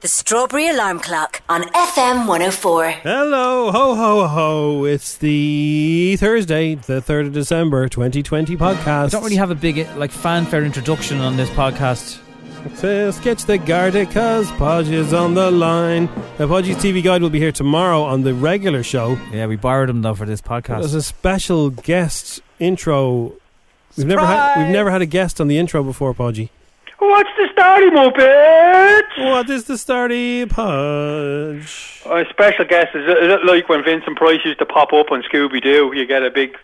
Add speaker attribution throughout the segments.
Speaker 1: The Strawberry Alarm Clock on FM 104.
Speaker 2: Hello, ho, ho, ho. It's the Thursday, the 3rd of December, 2020
Speaker 3: I
Speaker 2: podcast.
Speaker 3: don't really have a big uh, like fanfare introduction on this podcast.
Speaker 2: So sketch the Garda because Podge is on the line. The Podge's TV Guide will be here tomorrow on the regular show.
Speaker 3: Yeah, we borrowed them though for this
Speaker 2: There's
Speaker 3: podcast.
Speaker 2: a special guest intro. We've never, had, we've never had a guest on the intro before, Podgy.
Speaker 4: What's the story, Muppets?
Speaker 2: What is the starty Podge?
Speaker 4: A special guest is it, is it like when Vincent Price used to pop up on Scooby Doo? You get a big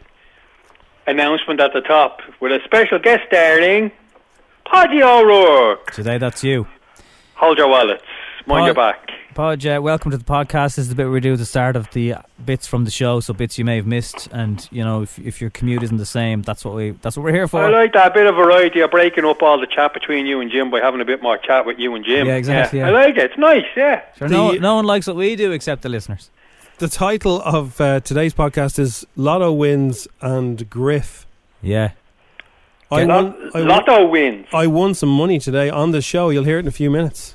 Speaker 4: announcement at the top with a special guest starring Paddy O'Rourke.
Speaker 3: Today, that's you.
Speaker 4: Hold your wallets, mind
Speaker 3: Pod-
Speaker 4: your back.
Speaker 3: Podge, uh, welcome to the podcast. This is the bit we do at the start of the uh, bits from the show, so bits you may have missed, and you know if, if your commute isn't the same, that's what we that's what we're here for.
Speaker 4: I like that bit of variety of breaking up all the chat between you and Jim by having a bit more chat with you and Jim.
Speaker 3: Yeah, exactly, yeah.
Speaker 4: I like it. It's nice. Yeah.
Speaker 3: Sure, no,
Speaker 2: The-
Speaker 3: no one likes what we do except the listeners.
Speaker 2: The title of uh, today's podcast is Lotto Wins and Griff.
Speaker 3: Yeah,
Speaker 2: I
Speaker 3: Get-
Speaker 2: won, I, won,
Speaker 4: Lotto wins.
Speaker 2: I won some money today on the show. You'll hear it in a few minutes.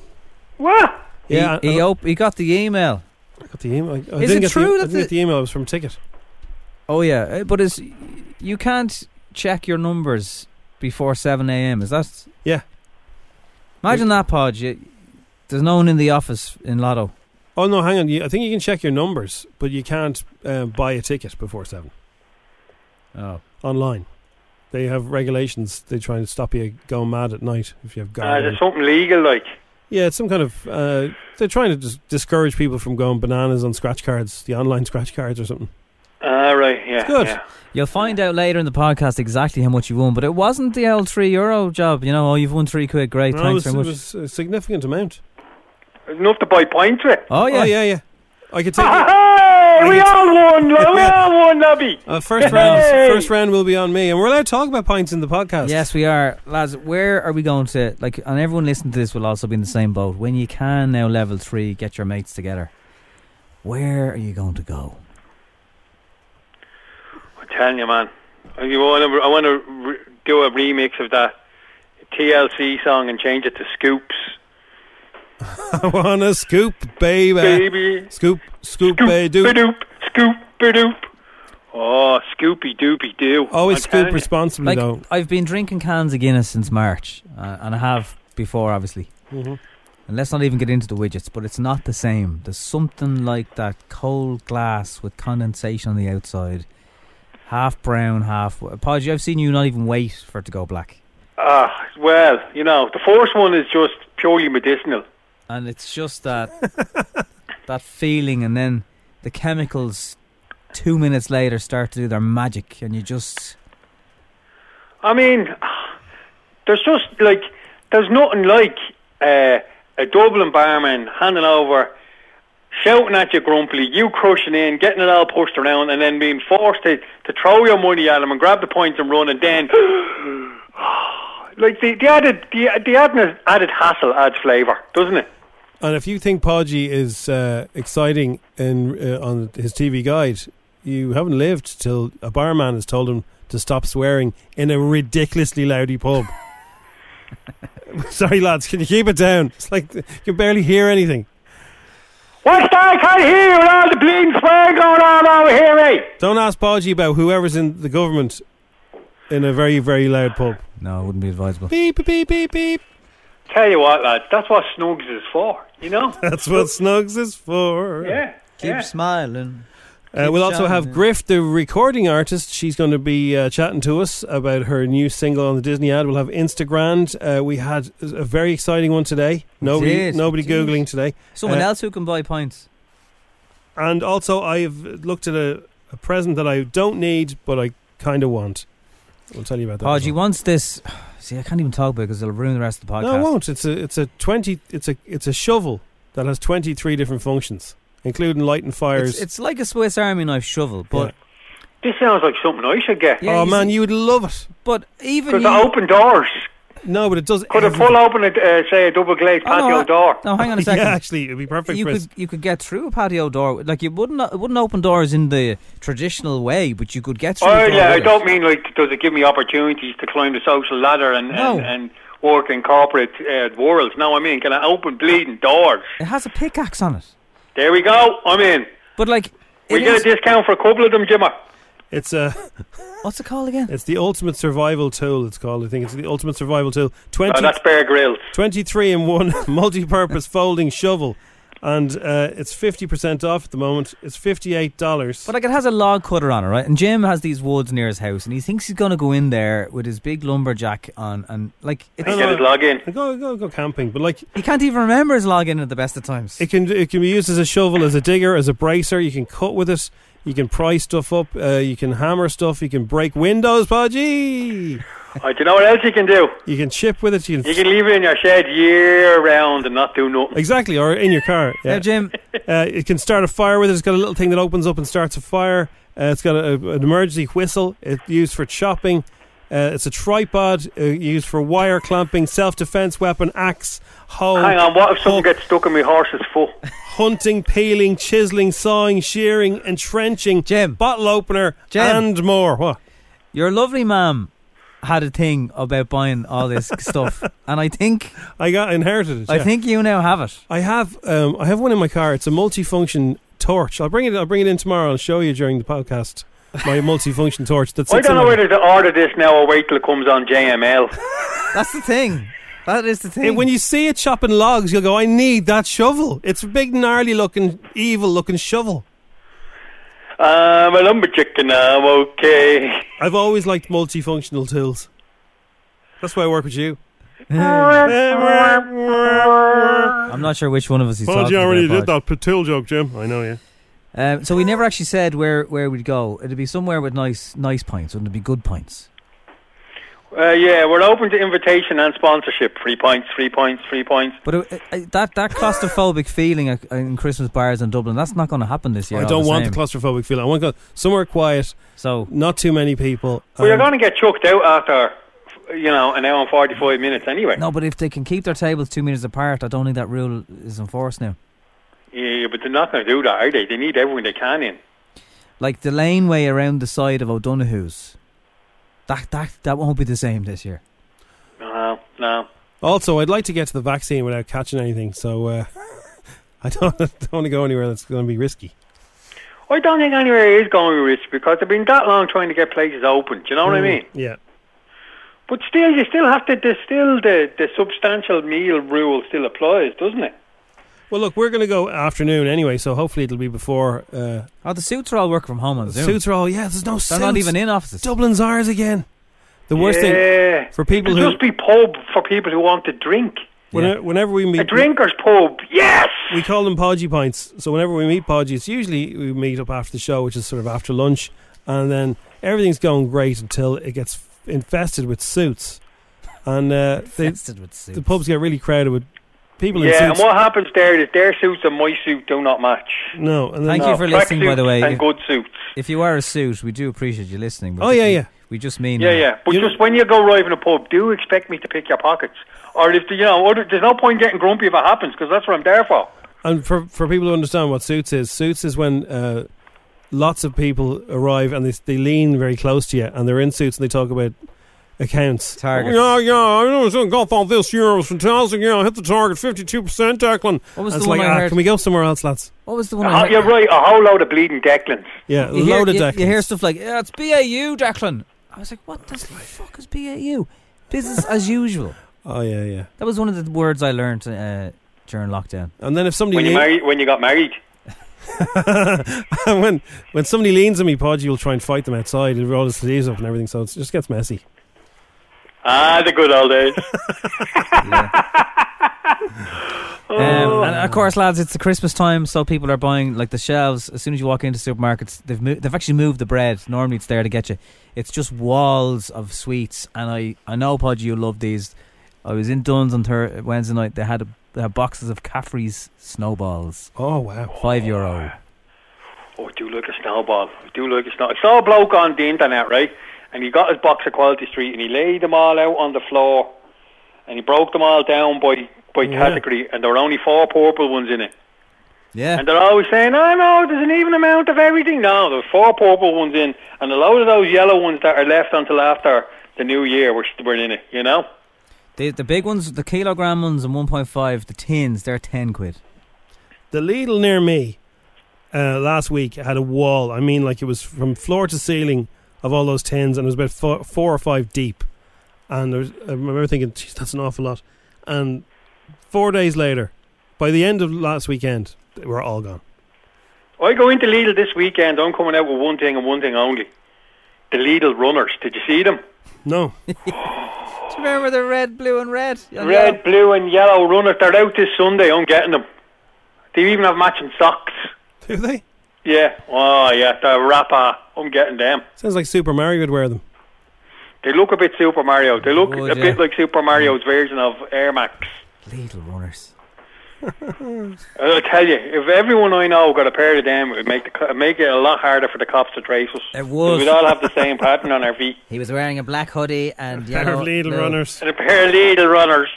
Speaker 4: What?
Speaker 2: Yeah,
Speaker 3: He,
Speaker 2: I-
Speaker 3: he, op- he got the email.
Speaker 2: I got the email. I, I
Speaker 3: Is
Speaker 2: didn't
Speaker 3: it
Speaker 2: get
Speaker 3: true
Speaker 2: The, e- I
Speaker 3: that
Speaker 2: didn't get
Speaker 3: the-
Speaker 2: the email. It was from Ticket.
Speaker 3: Oh yeah, eh, but is you can't check your numbers before seven a.m. Is that?
Speaker 2: Yeah.
Speaker 3: Imagine that, Podge. You, there's no one in the office in Lotto.
Speaker 2: Oh no, hang on. You, I think you can check your numbers, but you can't uh, buy a ticket before seven
Speaker 3: Oh,
Speaker 2: online. They have regulations. They try and stop you going mad at night if you have
Speaker 4: Uh,
Speaker 2: guard.
Speaker 4: there's something legal like.
Speaker 2: yeah, it's some kind of. Uh, they're trying to dis- discourage people from going bananas on scratch cards, the online scratch cards or something.
Speaker 4: All right. Yeah.
Speaker 2: good.
Speaker 4: yeah.
Speaker 3: you'll find out later in the podcast exactly how much you won. But it wasn't the old three euro job. You know, oh, you've won three quid. Great,
Speaker 2: No, it,
Speaker 3: thanks
Speaker 2: was,
Speaker 3: very
Speaker 2: it
Speaker 3: much.
Speaker 2: was a significant amount.
Speaker 4: Enough to buy pints with.
Speaker 3: oh yeah,
Speaker 2: oh yeah, yeah. I could take. it.
Speaker 4: Hey, we all won. lo- We all won, Nobby.
Speaker 2: Uh, first round,
Speaker 4: Yay!
Speaker 2: first round will be on me, and we're allowed to talk about pints in the podcast.
Speaker 3: Yes, we are, lads. Where are we going to? Like, and everyone listening to this will also be in the same boat. When you can now, level three, get your mates together. Where are you going to go?
Speaker 4: I'm telling you, man. I want to, I want to re- do a remix of that TLC song and change it to Scoops.
Speaker 2: I want a scoop, baby.
Speaker 4: Baby.
Speaker 2: Scoop,
Speaker 4: Scoop,
Speaker 2: scoop, baby. Do.
Speaker 4: ba-doop, Scoop, ba-doop. Oh, Scoopy Doopy Doo.
Speaker 2: Always
Speaker 4: I'm telling
Speaker 2: scoop
Speaker 4: you.
Speaker 2: responsibly,
Speaker 3: Like,
Speaker 2: though.
Speaker 3: I've been drinking cans of Guinness since March, uh, and I have before, obviously.
Speaker 4: Mm-hmm.
Speaker 2: Mhm.
Speaker 3: And let's not even get into the widgets, but it's not the same. There's something like that cold glass with condensation on the outside, half brown, half. Podgy, I've seen you not even wait for it to go black,
Speaker 4: Ah, well, you know, the first one is just purely medicinal.
Speaker 3: and it's just that that feeling, and then the chemicals. Two minutes later, start to do their magic, and you just
Speaker 4: I mean, there's just like there's nothing like uh, a Dublin barman handing over, shouting at you grumpily, you crushing in, getting it all pushed around, and then being forced to, to throw your money at him and grab the points and run, and then like the, the added the, the added added hassle adds flavour, doesn't it?
Speaker 2: And if you think Podgy is uh, exciting in, uh, on his TV guide, you haven't lived till a barman has told him to stop swearing in a ridiculously loudy pub. Sorry, lads, can you keep it down? It's like you can barely hear anything.
Speaker 4: What's that? I can't hear you with all the bleeding swearing going on over here, eh?
Speaker 2: Don't ask Podgy about whoever's in the government in a very, very loud pub.
Speaker 3: no, it wouldn't be advisable.
Speaker 2: Beep, beep, beep, beep, beep.
Speaker 4: tell you what, lad, that's what Snugs is for, you know?
Speaker 2: That's what Snugs is for.
Speaker 4: yeah.
Speaker 3: Keep
Speaker 4: yeah.
Speaker 3: smiling.
Speaker 2: Uh,
Speaker 3: Keep
Speaker 2: we'll also have
Speaker 3: shining.
Speaker 2: Griff, the recording artist. She's going to be uh, chatting to us about her new single on the Disney ad. We'll have Instagram. Uh, we had a very exciting one today. Nobody,
Speaker 3: did.
Speaker 2: nobody
Speaker 3: Jeez.
Speaker 2: googling today.
Speaker 3: Someone
Speaker 2: Uh,
Speaker 3: else who can buy pints.
Speaker 2: And also, I've looked at a, a present that I don't need, but I kind of want. We'll tell you about that. as
Speaker 3: Podgy
Speaker 2: well.
Speaker 3: wants this. See, I can't even talk about it because it'll ruin the rest of the podcast.
Speaker 2: No, I won't. It's a it's a twenty. It's a it's a shovel that has twenty three different functions, including lighting fires.
Speaker 3: It's, it's like a Swiss Army knife shovel, but
Speaker 4: This sounds like something I should get.
Speaker 3: Yeah,
Speaker 2: oh
Speaker 3: you
Speaker 2: man,
Speaker 3: see-
Speaker 2: you would love it.
Speaker 3: but even
Speaker 4: Because
Speaker 3: you,
Speaker 4: I open doors.
Speaker 2: No, but it does.
Speaker 4: Could I
Speaker 2: everything.
Speaker 4: pull open, a, uh, say, a double glazed
Speaker 3: Oh, no,
Speaker 4: patio
Speaker 3: I-
Speaker 4: door?
Speaker 3: No, hang on a second.
Speaker 2: Yeah, actually, it'd be perfect.
Speaker 3: you
Speaker 2: for us.
Speaker 3: could you could get through a patio door. Like you wouldn't it wouldn't open doors in the traditional way, but you could get through.
Speaker 4: Oh,
Speaker 3: a door
Speaker 4: yeah, I
Speaker 3: with it.
Speaker 4: don't mean like, does it give me opportunities to climb the social ladder and,
Speaker 3: No.
Speaker 4: and, and work in corporate uh, worlds? No, I mean, can I open bleeding doors?
Speaker 3: It has a pickaxe on it,
Speaker 4: There we go, I'm in.
Speaker 3: but like
Speaker 4: We
Speaker 3: it
Speaker 4: get
Speaker 3: is-
Speaker 4: a discount for a couple of them, Jimmer.
Speaker 2: It's a
Speaker 3: what's it called again?
Speaker 2: it's the ultimate survival tool. It's called. I think it's the ultimate survival tool. 20,
Speaker 4: Oh, that's Bear Grylls.
Speaker 2: 23 in one multi-purpose folding shovel, and uh, it's fifty percent off at the moment. It's fifty eight dollars.
Speaker 3: But like it has a log cutter on it, right? And Jim has these woods near his house, and he thinks he's gonna go in there with his big lumberjack on, and like
Speaker 4: He
Speaker 3: it's,
Speaker 4: get his login.
Speaker 2: Go go go camping. But like
Speaker 3: he can't even remember his login at the best of times.
Speaker 2: It can it can be used as a shovel, as a digger, as a bracer. You can cut with it. You can pry stuff up. Uh, you can hammer stuff. You can break windows, Podgy.
Speaker 4: Oh, do you know what else you can do?
Speaker 2: You can chip with it. You can
Speaker 4: You can leave it in your shed year round and not do nothing.
Speaker 2: exactly, or in your car.
Speaker 3: Now,
Speaker 2: Yeah.
Speaker 3: Jim,
Speaker 2: Uh, it can start a fire with it. It's got a little thing that opens up and starts a fire. Uh, it's got a, an emergency whistle. It's used for chopping. Uh, it's a tripod uh, used for wire clamping, self defense weapon, axe, hoe.
Speaker 4: Hang on, what if
Speaker 2: hook.
Speaker 4: something gets stuck in my horse's foot?
Speaker 2: hunting, peeling, chiseling, sawing, shearing, entrenching,
Speaker 3: Jim.
Speaker 2: bottle opener,
Speaker 3: Jim.
Speaker 2: and more. What?
Speaker 3: your lovely mum had a thing about buying all this stuff, and I think
Speaker 2: I got inherited it.
Speaker 3: I
Speaker 2: yeah.
Speaker 3: think you now have it.
Speaker 2: I have. Um, I have one in my car. It's a multifunction torch. I'll bring it. I'll bring it in tomorrow. I'll show you during the podcast my multifunction torch. That's.
Speaker 4: I don't know whether to order this now or wait till it comes on JML.
Speaker 3: That's the thing. That is the thing.
Speaker 2: When you see it chopping logs, you'll go, I need that shovel. It's a big, gnarly looking, evil looking shovel.
Speaker 4: I'm a lumberjack and I'm okay.
Speaker 2: I've always liked multifunctional tools. That's why I work with you.
Speaker 3: I'm not sure which one of us he's
Speaker 2: Well,
Speaker 3: talking
Speaker 2: you already
Speaker 3: about,
Speaker 2: did
Speaker 3: Podge.
Speaker 2: that patil joke, Jim. I know you.
Speaker 3: Um, so we never actually said where, where we'd go. It'd be somewhere with nice nice pints, wouldn't it be good pints?
Speaker 4: Uh, yeah, we're open to invitation and sponsorship. Three points, three points, three points.
Speaker 3: But it, it, that that claustrophobic feeling at- in Christmas bars in Dublin, that's not going to happen this year.
Speaker 2: I
Speaker 3: all
Speaker 2: don't
Speaker 3: the
Speaker 2: want
Speaker 3: same.
Speaker 2: the claustrophobic feeling. I want to go somewhere quiet,
Speaker 3: So
Speaker 2: not too many people.
Speaker 4: We're
Speaker 2: Um,
Speaker 4: going to get chucked out after, you know, an hour and 45 minutes anyway.
Speaker 3: no, but if they can keep their tables two meters apart, I don't think that rule is enforced now.
Speaker 4: Yeah, but they're not going to do that, are they? They need everyone they can in.
Speaker 3: Like the laneway around the side of O'Donoghue's, that that that won't be the same this year.
Speaker 4: No, no.
Speaker 2: Also, I'd like to get to the vaccine without catching anything, so uh, I don't, don't want to go anywhere that's going to be risky.
Speaker 4: I don't think anywhere is going to risk because they've been that long trying to get places open. Do you know
Speaker 2: Hmm.
Speaker 4: what I mean?
Speaker 2: Yeah.
Speaker 4: But still, you still have to. There's still the the substantial meal rule still applies, doesn't it?
Speaker 2: Well, look, we're going to go afternoon anyway, so hopefully it'll be before. Uh,
Speaker 3: Oh, the suits are all working from home on Zoom.
Speaker 2: suits are all. Yeah, there's no
Speaker 3: They're
Speaker 2: suits.
Speaker 3: not even in offices.
Speaker 2: Dublin's ours again. The worst thing.
Speaker 4: yeah.
Speaker 2: for people
Speaker 4: It'll
Speaker 2: who-
Speaker 4: just be pub for people who want to drink.
Speaker 2: When,
Speaker 3: Yeah.
Speaker 2: Whenever we meet.
Speaker 4: A drinker's pub. Yes.
Speaker 2: We call them podgy pints. So whenever we meet podgy, it's usually we meet up after the show, which is sort of after lunch, and then everything's going great until it gets infested with suits, and uh, they,
Speaker 3: Infested with suits.
Speaker 2: the pubs get really crowded with people in
Speaker 4: Yeah, and
Speaker 2: suits.
Speaker 4: what happens there is their suits and my suit do not match.
Speaker 2: No, and then
Speaker 3: Thank you for
Speaker 4: tracksuits
Speaker 3: listening, by the way.
Speaker 4: And
Speaker 3: If-
Speaker 4: good suits.
Speaker 3: If you are a suit, we do appreciate you listening. but
Speaker 2: Oh, yeah,
Speaker 3: we-
Speaker 2: yeah.
Speaker 3: We just mean uh,
Speaker 4: Yeah,
Speaker 3: that.
Speaker 4: yeah. But
Speaker 2: You-
Speaker 4: just when you go arrive in a pub, do expect me to pick your pockets. Or if the, you know, other, there's no point getting grumpy if it happens because that's what I'm there for.
Speaker 2: And for for people to understand what suits is, suits is when uh, lots of people arrive and they they lean very close to you, and they're in suits and they talk about accounts.
Speaker 3: Targets.
Speaker 2: Yeah, yeah. I know it's on golf all this year. It was fantastic. Yeah, I hit the target fifty two percent, Declan.
Speaker 3: What was
Speaker 2: And
Speaker 3: the
Speaker 2: it's
Speaker 3: one
Speaker 2: like,
Speaker 3: I
Speaker 2: ah,
Speaker 3: heard?
Speaker 2: Can we go somewhere else, lads?
Speaker 3: What was the one? I
Speaker 4: Oh,
Speaker 3: heard?
Speaker 4: you're right, a whole load of bleeding Declans.
Speaker 2: Yeah,
Speaker 3: You hear,
Speaker 2: load
Speaker 3: you,
Speaker 2: of Declans.
Speaker 3: you hear stuff like, "Yeah, it's BAU, Declan." I was like, "What the fuck is BAU?" Business as usual.
Speaker 2: Oh yeah, yeah.
Speaker 3: That was one of the words I learned uh, during lockdown.
Speaker 2: And then if somebody
Speaker 4: When you
Speaker 2: lean-
Speaker 4: married, when you got married,
Speaker 2: when when somebody leans on me, Podgy will try and fight them outside and roll his sleeves up and everything. So it's- it just gets messy.
Speaker 4: ah, the good old days. Oh.
Speaker 3: Um, and of course, lads, it's the Christmas time, so people are buying like the shelves. As soon as you walk into supermarkets, they've mo- they've actually moved the bread. Normally, it's there to get you. It's just walls of sweets, and I I know, Podgy, you love these. I was in Dunn's on Thur- Wednesday night. They had a, they had boxes of Caffrey's snowballs,
Speaker 2: Oh wow!
Speaker 3: five euro.
Speaker 4: Oh, I do like a snowball. I do like a snow. I saw a bloke on the internet, right? And he got his box of Quality Street and he laid them all out on the floor and he broke them all down by, by
Speaker 2: Yeah.
Speaker 4: category and there were only four purple ones in it.
Speaker 3: Yeah,
Speaker 4: And they're always saying, oh no, there's an even amount of everything. No, there's four purple ones in and a load of those yellow ones that are left until after the new year were, were in it, you know?
Speaker 3: the the big ones, the kilogram ones, and one point five. The tins, they're ten quid.
Speaker 2: The Lidl near me uh, last week had a wall. I mean, like it was from floor to ceiling of all those tins, and it was about four, four or five deep. And there was, I remember thinking, "Jeez, that's an awful lot." And four days later, by the end of last weekend, they were all gone.
Speaker 4: I go into Lidl this weekend. I'm coming out with one thing and one thing only. The Lidl runners. Did you see them?
Speaker 2: No,
Speaker 3: Do you remember the red, blue, and red?
Speaker 4: Red, blue, and yellow runners. They're out this Sunday. I'm getting them. They even have matching socks.
Speaker 2: do they?
Speaker 4: Yeah. Oh, yeah. The rapper. I'm getting them.
Speaker 2: Sounds like Super Mario would wear them.
Speaker 4: They look a bit Super Mario. They look
Speaker 3: Would
Speaker 4: a
Speaker 3: ya?
Speaker 4: bit like Super Mario's version of Air Max.
Speaker 3: Little runners.
Speaker 4: And I'll tell you, if everyone I know got a pair of them, it would make, the, co- it'd make it a lot harder for the cops to trace us.
Speaker 3: It would.
Speaker 4: We'd all have the same pattern on our feet.
Speaker 3: He was wearing a black hoodie and
Speaker 2: Pair
Speaker 3: yellow.
Speaker 2: of Lidl
Speaker 3: blue.
Speaker 2: runners.
Speaker 4: And a pair of Lidl runners.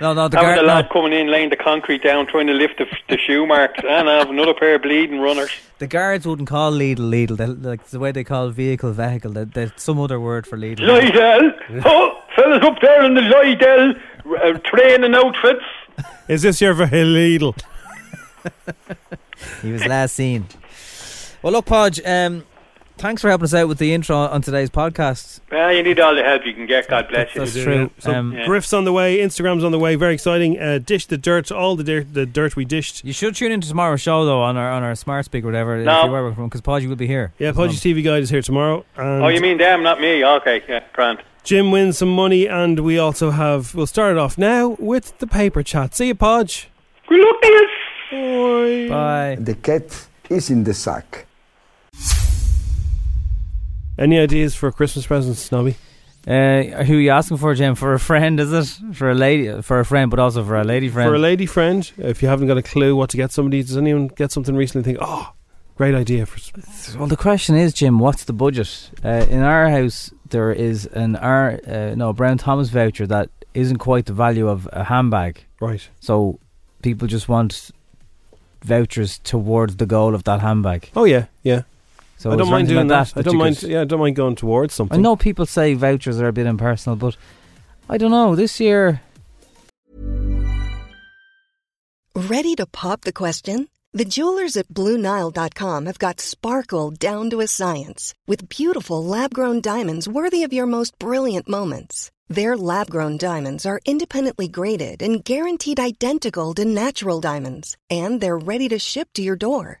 Speaker 3: No, no, the
Speaker 4: Having
Speaker 3: guard.
Speaker 4: the
Speaker 3: No,
Speaker 4: lad coming in, laying the concrete down, trying to lift the, the shoe marks, and I have another pair of bleeding runners.
Speaker 3: The guards wouldn't call Lidl Lidl. They, like the way they call vehicle vehicle. They, they, some other word for Lidl.
Speaker 4: Lidl, oh, fellas up there in the Lidl uh, training outfits.
Speaker 2: Is this your Lidl?
Speaker 3: He was last seen. Well, look, Podge. Um, thanks for helping us out with the intro on today's podcast.
Speaker 4: Well, you need all the help you can get. God bless you.
Speaker 3: That's true.
Speaker 2: So
Speaker 3: Um,
Speaker 4: Yeah.
Speaker 2: Griff's on the way, Instagram's on the way. Very exciting. Uh, dish the dirt, all the dirt, the dirt we dished.
Speaker 3: You should tune into tomorrow's show though on our on our smart speaker, whatever.
Speaker 4: No.
Speaker 3: If you are from, because Podge will be here.
Speaker 2: Yeah, Podgy's TV guide is here tomorrow. And
Speaker 4: Oh, you mean them, not me? Okay, yeah, grand.
Speaker 2: Jim wins some money, and we also have. We'll start it off now with the paper chat. See you, Podge.
Speaker 4: Good luck to you.
Speaker 2: Bye.
Speaker 3: Bye.
Speaker 5: The cat is in the sack.
Speaker 2: Any ideas for Christmas presents, Snobby?
Speaker 3: Uh, who are you asking for, Jim? For a friend, is it? For a lady, for a friend, but also for a lady friend.
Speaker 2: For a lady friend, if you haven't got a clue what to get somebody, does anyone get something recently? and Think, oh, great idea for. s-
Speaker 3: Well, the question is, Jim, what's the budget? Uh, in our house, there is an R, uh, no Brown Thomas voucher that isn't quite the value of a handbag.
Speaker 2: Right.
Speaker 3: So people just want vouchers towards the goal of that handbag.
Speaker 2: Oh yeah, yeah.
Speaker 3: So
Speaker 2: I
Speaker 3: is there
Speaker 2: don't mind
Speaker 3: anything
Speaker 2: doing
Speaker 3: like
Speaker 2: that. I don't
Speaker 3: you
Speaker 2: mind.
Speaker 3: could-
Speaker 2: Yeah, I don't mind going towards something.
Speaker 3: I know people say vouchers are a bit impersonal, but I don't know. This year,
Speaker 6: Ready to pop the question? The jewelers at BlueNile.com have got sparkle down to a science with beautiful lab grown diamonds worthy of your most brilliant moments. Their lab grown diamonds are independently graded and guaranteed identical to natural diamonds, and they're ready to ship to your door.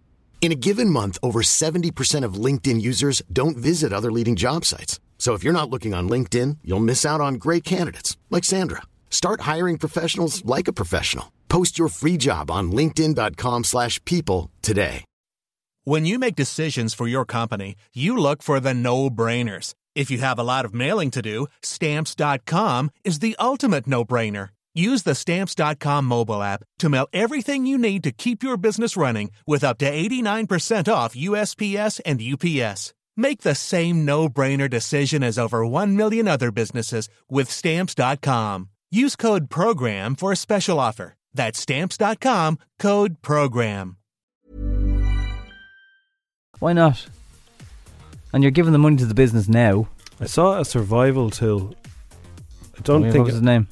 Speaker 7: In a given month, over 70% of LinkedIn users don't visit other leading job sites. So if you're not looking on LinkedIn, you'll miss out on great candidates like Sandra. Start hiring professionals like a professional. Post your free job on linkedin.com/people slash people today.
Speaker 8: When you make decisions for your company, you look for the no brainers. If you have a lot of mailing to do, stamps.com is the ultimate no brainer. Use the stamps.com mobile app to mail everything you need to keep your business running with up to 89% off USPS and UPS. Make the same no brainer decision as over 1 million other businesses with stamps.com. Use code PROGRAM for a special offer.
Speaker 9: That's stamps.com code program.
Speaker 3: Why not? And you're giving the money to the business now.
Speaker 2: I saw a survival tool. I don't
Speaker 3: What
Speaker 2: think
Speaker 3: was his name?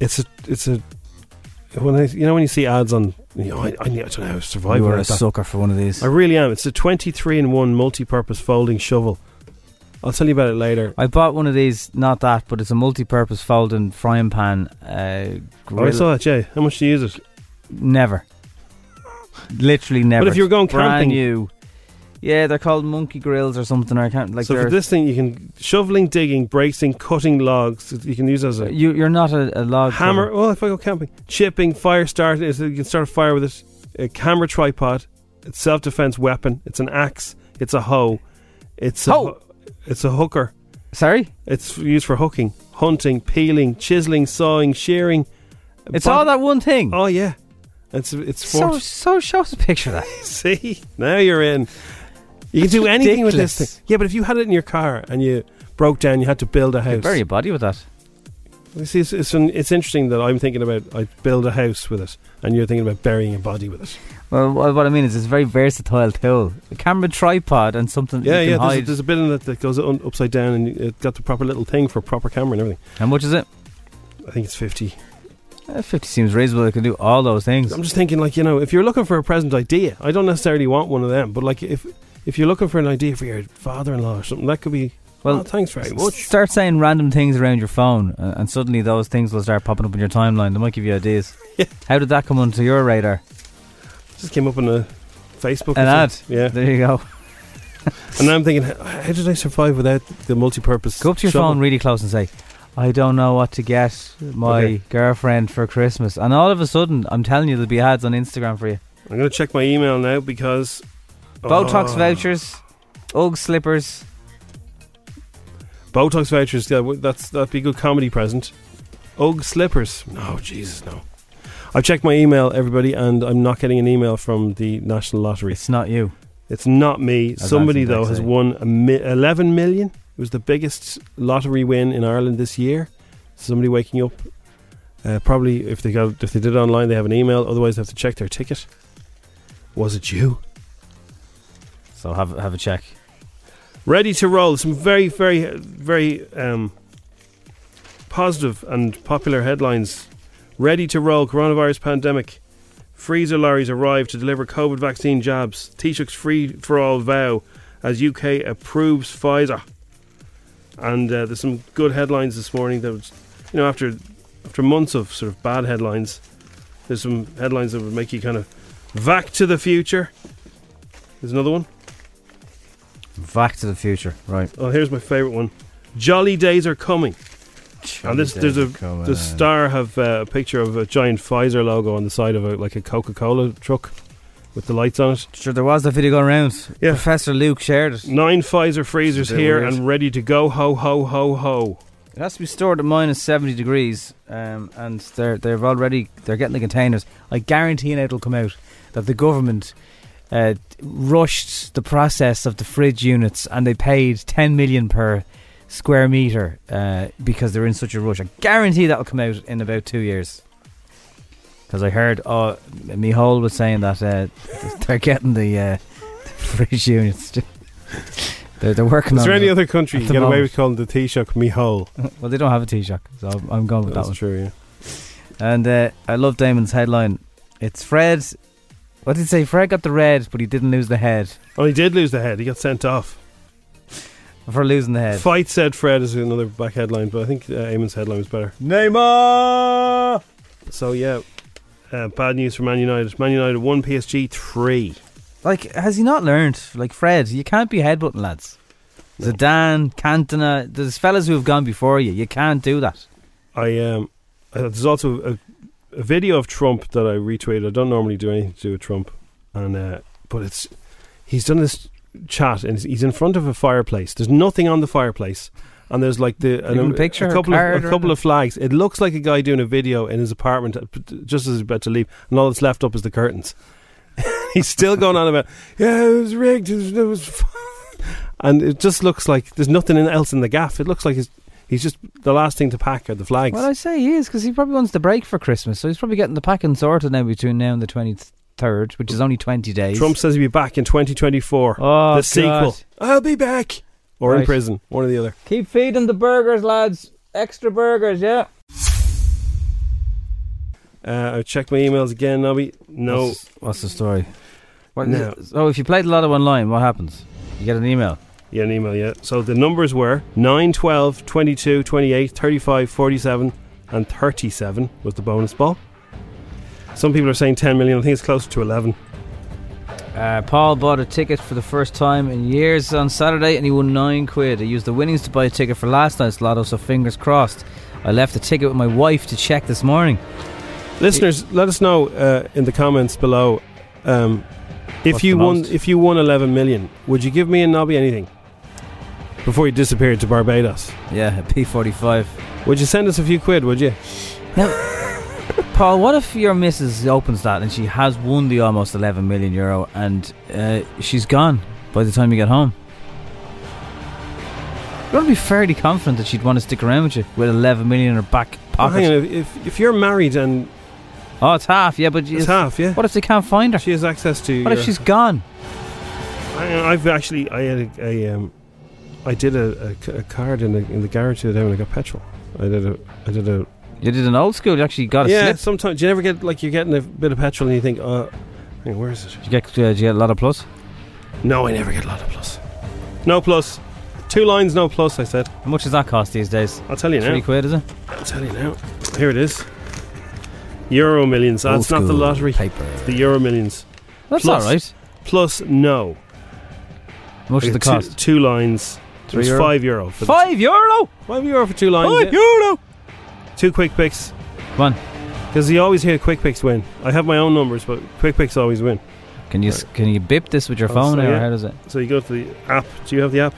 Speaker 2: it's a it's a when I you know when you see ads on you know I, I, need- I don't know how to survive
Speaker 3: you were
Speaker 2: like
Speaker 3: a
Speaker 2: that.
Speaker 3: sucker for one of these.
Speaker 2: I really am. It's a twenty three in one multi purpose folding shovel. I'll tell you about it later.
Speaker 3: I bought one of these, not that, but it's a multi-purpose folding frying pan. Uh,
Speaker 2: Oh, I
Speaker 3: grill.
Speaker 2: saw it, Jay. How much do you use it?
Speaker 3: Never. Literally never.
Speaker 2: if you were going
Speaker 3: It's brand
Speaker 2: camping-
Speaker 3: new. Yeah, they're called monkey grills or something. Or I can't like.
Speaker 2: so for
Speaker 3: they're-
Speaker 2: this thing, you can shoveling, digging, bracing, cutting logs. You can use it as a
Speaker 3: you, you're not a, a log
Speaker 2: hammer. Well, if I go camping, chipping, fire starter. is- You can start a fire with it. A camera tripod. It's self defense weapon. It's an axe. It's a hoe. It's a
Speaker 3: Hoe.
Speaker 2: ho- it's a hooker.
Speaker 3: Sorry,
Speaker 2: It's used for hooking, hunting, peeling, chiseling, sawing, shearing.
Speaker 3: it's
Speaker 2: Body-
Speaker 3: all that one thing.
Speaker 2: Oh yeah, it's it's
Speaker 3: so
Speaker 2: for
Speaker 3: so show us a picture of that.
Speaker 2: See, now you're in. You can
Speaker 3: That's
Speaker 2: do anything with this
Speaker 3: ridiculous.
Speaker 2: thing. Yeah, but if you had it in your car and you broke down, you had to build a house.
Speaker 3: Bury your body with that.
Speaker 2: You see, it's, it's, an- it's interesting that I'm thinking about I build a house with it, and you're thinking about burying your body with it.
Speaker 3: Well, wha- what I mean is, it's a very versatile tool. A camera tripod and something. you can
Speaker 2: Yeah, yeah. There's, a-
Speaker 3: Hide.
Speaker 2: there's a bit in it that goes un, upside down, and it got the proper little thing for proper camera and everything.
Speaker 3: How much is it?
Speaker 2: I think it's fifty.
Speaker 3: Uh, Fifty seems reasonable. It can do all those things.
Speaker 2: I'm just thinking, like you know, if you're looking for a present idea, I don't necessarily want one of them, but like if if you're looking for an idea for your father-in-law or something, that could be.
Speaker 3: Well,
Speaker 2: Well, thanks very
Speaker 3: S-
Speaker 2: much.
Speaker 3: Start saying random things around your phone, uh, and suddenly those things will start popping up in your timeline. They might give you ideas.
Speaker 2: Yeah.
Speaker 3: How did that come onto your radar?
Speaker 2: Just came up on a Facebook
Speaker 3: An
Speaker 2: or
Speaker 3: ad.
Speaker 2: something. Yeah,
Speaker 3: There you go.
Speaker 2: and I'm thinking, h- how did I survive without the multi-purpose?
Speaker 3: Go up to your
Speaker 2: shovel?
Speaker 3: phone really close and say, "I don't know what to get my
Speaker 2: Okay.
Speaker 3: girlfriend for Christmas," and all of a sudden, I'm telling you, there'll be ads on Instagram for you.
Speaker 2: I'm going to check my email now because
Speaker 3: Botox
Speaker 2: Oh.
Speaker 3: vouchers, UGG slippers.
Speaker 2: Botox vouchers. Yeah, w- that's that'd be a good comedy present. Ugg slippers. No, Jesus, no. I've checked my email, everybody, and I'm not getting an email from the National Lottery.
Speaker 3: It's not you.
Speaker 2: It's not me.
Speaker 3: As
Speaker 2: Somebody
Speaker 3: Anthony
Speaker 2: though
Speaker 3: Beck
Speaker 2: has
Speaker 3: said.
Speaker 2: won a mi- 11 million. It was the biggest lottery win in Ireland this year. Somebody waking up. Uh, probably if they got if they did it online, they have an email. Otherwise, they have to check their ticket. Was it you?
Speaker 3: So have have a check.
Speaker 2: Ready to roll. Some very, very, very um, positive and popular headlines. Ready to roll. Coronavirus pandemic. Freezer lorries arrive to deliver COVID vaccine jabs. Taoiseach's free for all vow as UK approves Pfizer. And uh, there's some good headlines this morning. That was, you know, after after months of sort of bad headlines, there's some headlines that would make you kind of vac to the future. There's another one.
Speaker 3: Back to the future, right?
Speaker 2: Oh, here's my favourite one. Jolly days are coming. and this there's a the star have uh, a picture of a giant Pfizer logo on the side of a like a Coca Cola truck with the lights on it.
Speaker 3: Sure, there was that video going around.
Speaker 2: Yeah.
Speaker 3: Professor Luke shared it.
Speaker 2: Nine Pfizer freezers
Speaker 3: It's a bit
Speaker 2: here
Speaker 3: weird.
Speaker 2: and ready to go. Ho ho ho ho.
Speaker 3: It has to be stored at minus seventy degrees, um, and they're they've already they're getting the containers. I guarantee you now it'll come out that the government uh, rushed the process of the fridge units, and they paid ten million per square meter uh, because they're in such a rush. I guarantee that'll come out in about two years. Because I heard, oh, Mihal was saying that uh, they're getting the, uh, the fridge units. they're, they're working
Speaker 2: Is
Speaker 3: on
Speaker 2: there
Speaker 3: it.
Speaker 2: any other country
Speaker 3: at
Speaker 2: you
Speaker 3: the
Speaker 2: get away
Speaker 3: moment.
Speaker 2: with calling the Taoiseach me hole?
Speaker 3: Well, they don't have a Taoiseach, so I'm- I'm going with Oh, that
Speaker 2: That's
Speaker 3: one.
Speaker 2: true, yeah.
Speaker 3: And uh, I love Damon's headline. It's Fred. What did he say? Fred got the red, but he didn't lose the head.
Speaker 2: Oh, he did lose the head. He got sent off.
Speaker 3: For losing the head.
Speaker 2: Fight said Fred is another back headline, but I think uh, Eamon's headline was better.
Speaker 3: Neymar!
Speaker 2: So, yeah, uh, bad news for Man United. Man United 1, PSG 3.
Speaker 3: Like, has he not learned? Like, Fred, you can't be headbutting lads. Zidane, Cantona, there's fellas who have gone before you. You can't do that.
Speaker 2: I um, uh, there's also a, a video of Trump that I retweeted. I don't normally do anything to do with Trump, and uh, but it's he's done this chat and he's in front of a fireplace. There's nothing on the fireplace, and there's like the
Speaker 3: Even a picture or
Speaker 2: couple
Speaker 3: card
Speaker 2: of
Speaker 3: or
Speaker 2: a couple
Speaker 3: anything?
Speaker 2: of flags. It looks like a guy doing a video in his apartment uh, p- just as he's about to leave, and all that's left up is the curtains. he's still going on about yeah, it was rigged. It was, it was f-" and it just looks like there's nothing in- else in the gaff. It looks like he's He's just the last thing to pack are the flags.
Speaker 3: Well, I say he is because he probably wants to break for Christmas, so he's probably getting the packing sorted now between now and the twenty third, which is only twenty days.
Speaker 2: Trump says he'll be back in 2024.
Speaker 3: Oh,
Speaker 2: the sequel.
Speaker 3: God.
Speaker 2: I'll be back. Or in
Speaker 3: Right.
Speaker 2: prison. One or the other.
Speaker 3: Keep feeding the burgers, lads. Extra burgers, yeah.
Speaker 2: Uh, I checked my emails again, Nobby. No.
Speaker 3: What's, what's the story? What,
Speaker 2: No.
Speaker 3: So if you played Lotto online, what happens? You get an email.
Speaker 2: Yeah, an email, yeah. So the numbers were 9, 12, 22, 28, 35, 47, and 37 was the bonus ball. Some people are saying 10 million. I think it's closer to 11.
Speaker 3: Uh, Paul bought a ticket for the first time in years on Saturday and he won nine quid. I used the winnings to buy a ticket for last night's lotto, so fingers crossed. I left the ticket with my wife to check this morning.
Speaker 2: Listeners, let us know uh, in the comments below um, if
Speaker 3: What's
Speaker 2: you
Speaker 3: the
Speaker 2: won.
Speaker 3: most?
Speaker 2: If you won 11 million, would you give me and Nobby anything before you disappeared to Barbados?
Speaker 3: Yeah, a P45.
Speaker 2: Would you send us a few quid? Would you?
Speaker 3: Paul, what if your missus opens that and she has won the almost 11 million euro and uh, she's gone by the time you get home? You want to be fairly confident that she'd want to stick around with you with 11 million in her back
Speaker 2: Well, hang
Speaker 3: pocket.
Speaker 2: on. If if you're married and
Speaker 3: oh, it's half, yeah, but
Speaker 2: it's half, yeah.
Speaker 3: What if they can't find her?
Speaker 2: She has access to.
Speaker 3: What if
Speaker 2: your-
Speaker 3: she's gone?
Speaker 2: Hang on, I've actually I had a, a um, I did a, a c- a card in the in the garage the other day when I got petrol. I did a I did a
Speaker 3: You did an old school. You actually got a
Speaker 2: yeah.
Speaker 3: slip.
Speaker 2: Sometimes do you never get like you're getting a bit of petrol and you think, uh, hang on, where is it?
Speaker 3: Did you get, uh, did you get a lot of plus?
Speaker 2: No, I never get a lot of plus. No plus. Two lines, no plus. I said.
Speaker 3: How much does that cost these days?
Speaker 2: I'll tell you
Speaker 3: Three
Speaker 2: now.
Speaker 3: quid, is it?
Speaker 2: I'll tell you now. Here it is. Euro millions.
Speaker 3: Old
Speaker 2: That's not the
Speaker 3: school
Speaker 2: lottery.
Speaker 3: Paper.
Speaker 2: It's the Euro millions.
Speaker 3: That's
Speaker 2: Plus.
Speaker 3: all right.
Speaker 2: Plus no.
Speaker 3: How much does it
Speaker 2: Two-
Speaker 3: cost?
Speaker 2: Two, lines.
Speaker 3: Three
Speaker 2: it's
Speaker 3: euro?
Speaker 2: five euro. For the-
Speaker 3: Five euro.
Speaker 2: five euro for two lines.
Speaker 3: Five
Speaker 2: yeah.
Speaker 3: euro.
Speaker 2: Two quick picks.
Speaker 3: Come on.
Speaker 2: Because you always hear quick picks win. I have my own numbers, but quick picks always win.
Speaker 3: Can you s can you bip this with your
Speaker 2: Oh,
Speaker 3: phone
Speaker 2: so
Speaker 3: or
Speaker 2: yeah.
Speaker 3: how does it?
Speaker 2: So you go to the app. Do you have the app?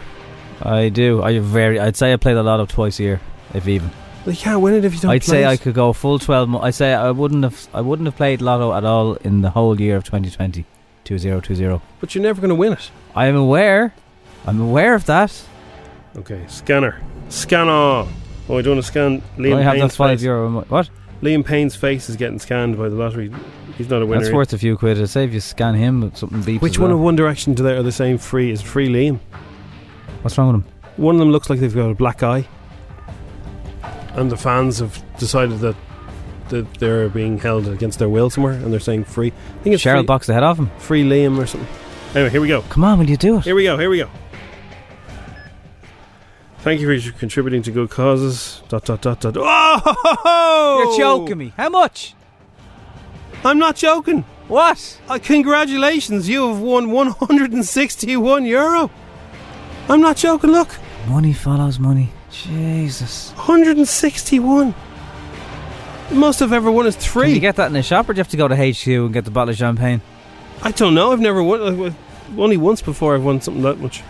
Speaker 3: I do. I very. I'd say I play the lotto twice a year, if even.
Speaker 2: They can't win it if you don't.
Speaker 3: I'd say
Speaker 2: play
Speaker 3: I
Speaker 2: it.
Speaker 3: could go full twelve. Mo- I say I wouldn't have. I wouldn't have played lotto at all in the whole year of 2020, 2020.
Speaker 2: But you're never going to win it.
Speaker 3: I am aware. I'm aware of that.
Speaker 2: Okay, scanner. Scanner. Oh, I don't want to scan Liam
Speaker 3: I have that
Speaker 2: Payne's
Speaker 3: five
Speaker 2: face.
Speaker 3: euro. in my- What?
Speaker 2: Liam Payne's face is getting scanned by the lottery. He's not a winner.
Speaker 3: That's
Speaker 2: yet.
Speaker 3: worth a few quid. I say if you scan him, but something beeps.
Speaker 2: Which
Speaker 3: as
Speaker 2: one
Speaker 3: well.
Speaker 2: of One Direction do they are the same free? Is free Liam?
Speaker 3: What's wrong with him?
Speaker 2: One of them looks like they've got a black eye, and the fans have decided that that they're being held against their will somewhere, and they're saying free. I think it's
Speaker 3: Cheryl
Speaker 2: free,
Speaker 3: boxed the head off him.
Speaker 2: free Liam or something. Anyway, here we go.
Speaker 3: Come on, will you do it?
Speaker 2: Here we go. Here we go. Thank you for contributing to good causes. Dot dot dot dot. Oh,
Speaker 3: You're joking me. How much?
Speaker 2: I'm not joking.
Speaker 3: What?
Speaker 2: Uh, congratulations, you have won 161 euro. I'm not joking, look.
Speaker 3: Money follows money. Jesus.
Speaker 2: 161. The most I've ever won is
Speaker 3: Can
Speaker 2: three.
Speaker 3: you get that in the shop, or do you have to go to HQ and get the bottle of champagne?
Speaker 2: I don't know, I've never won. uh, well, Only once before I've won something that much.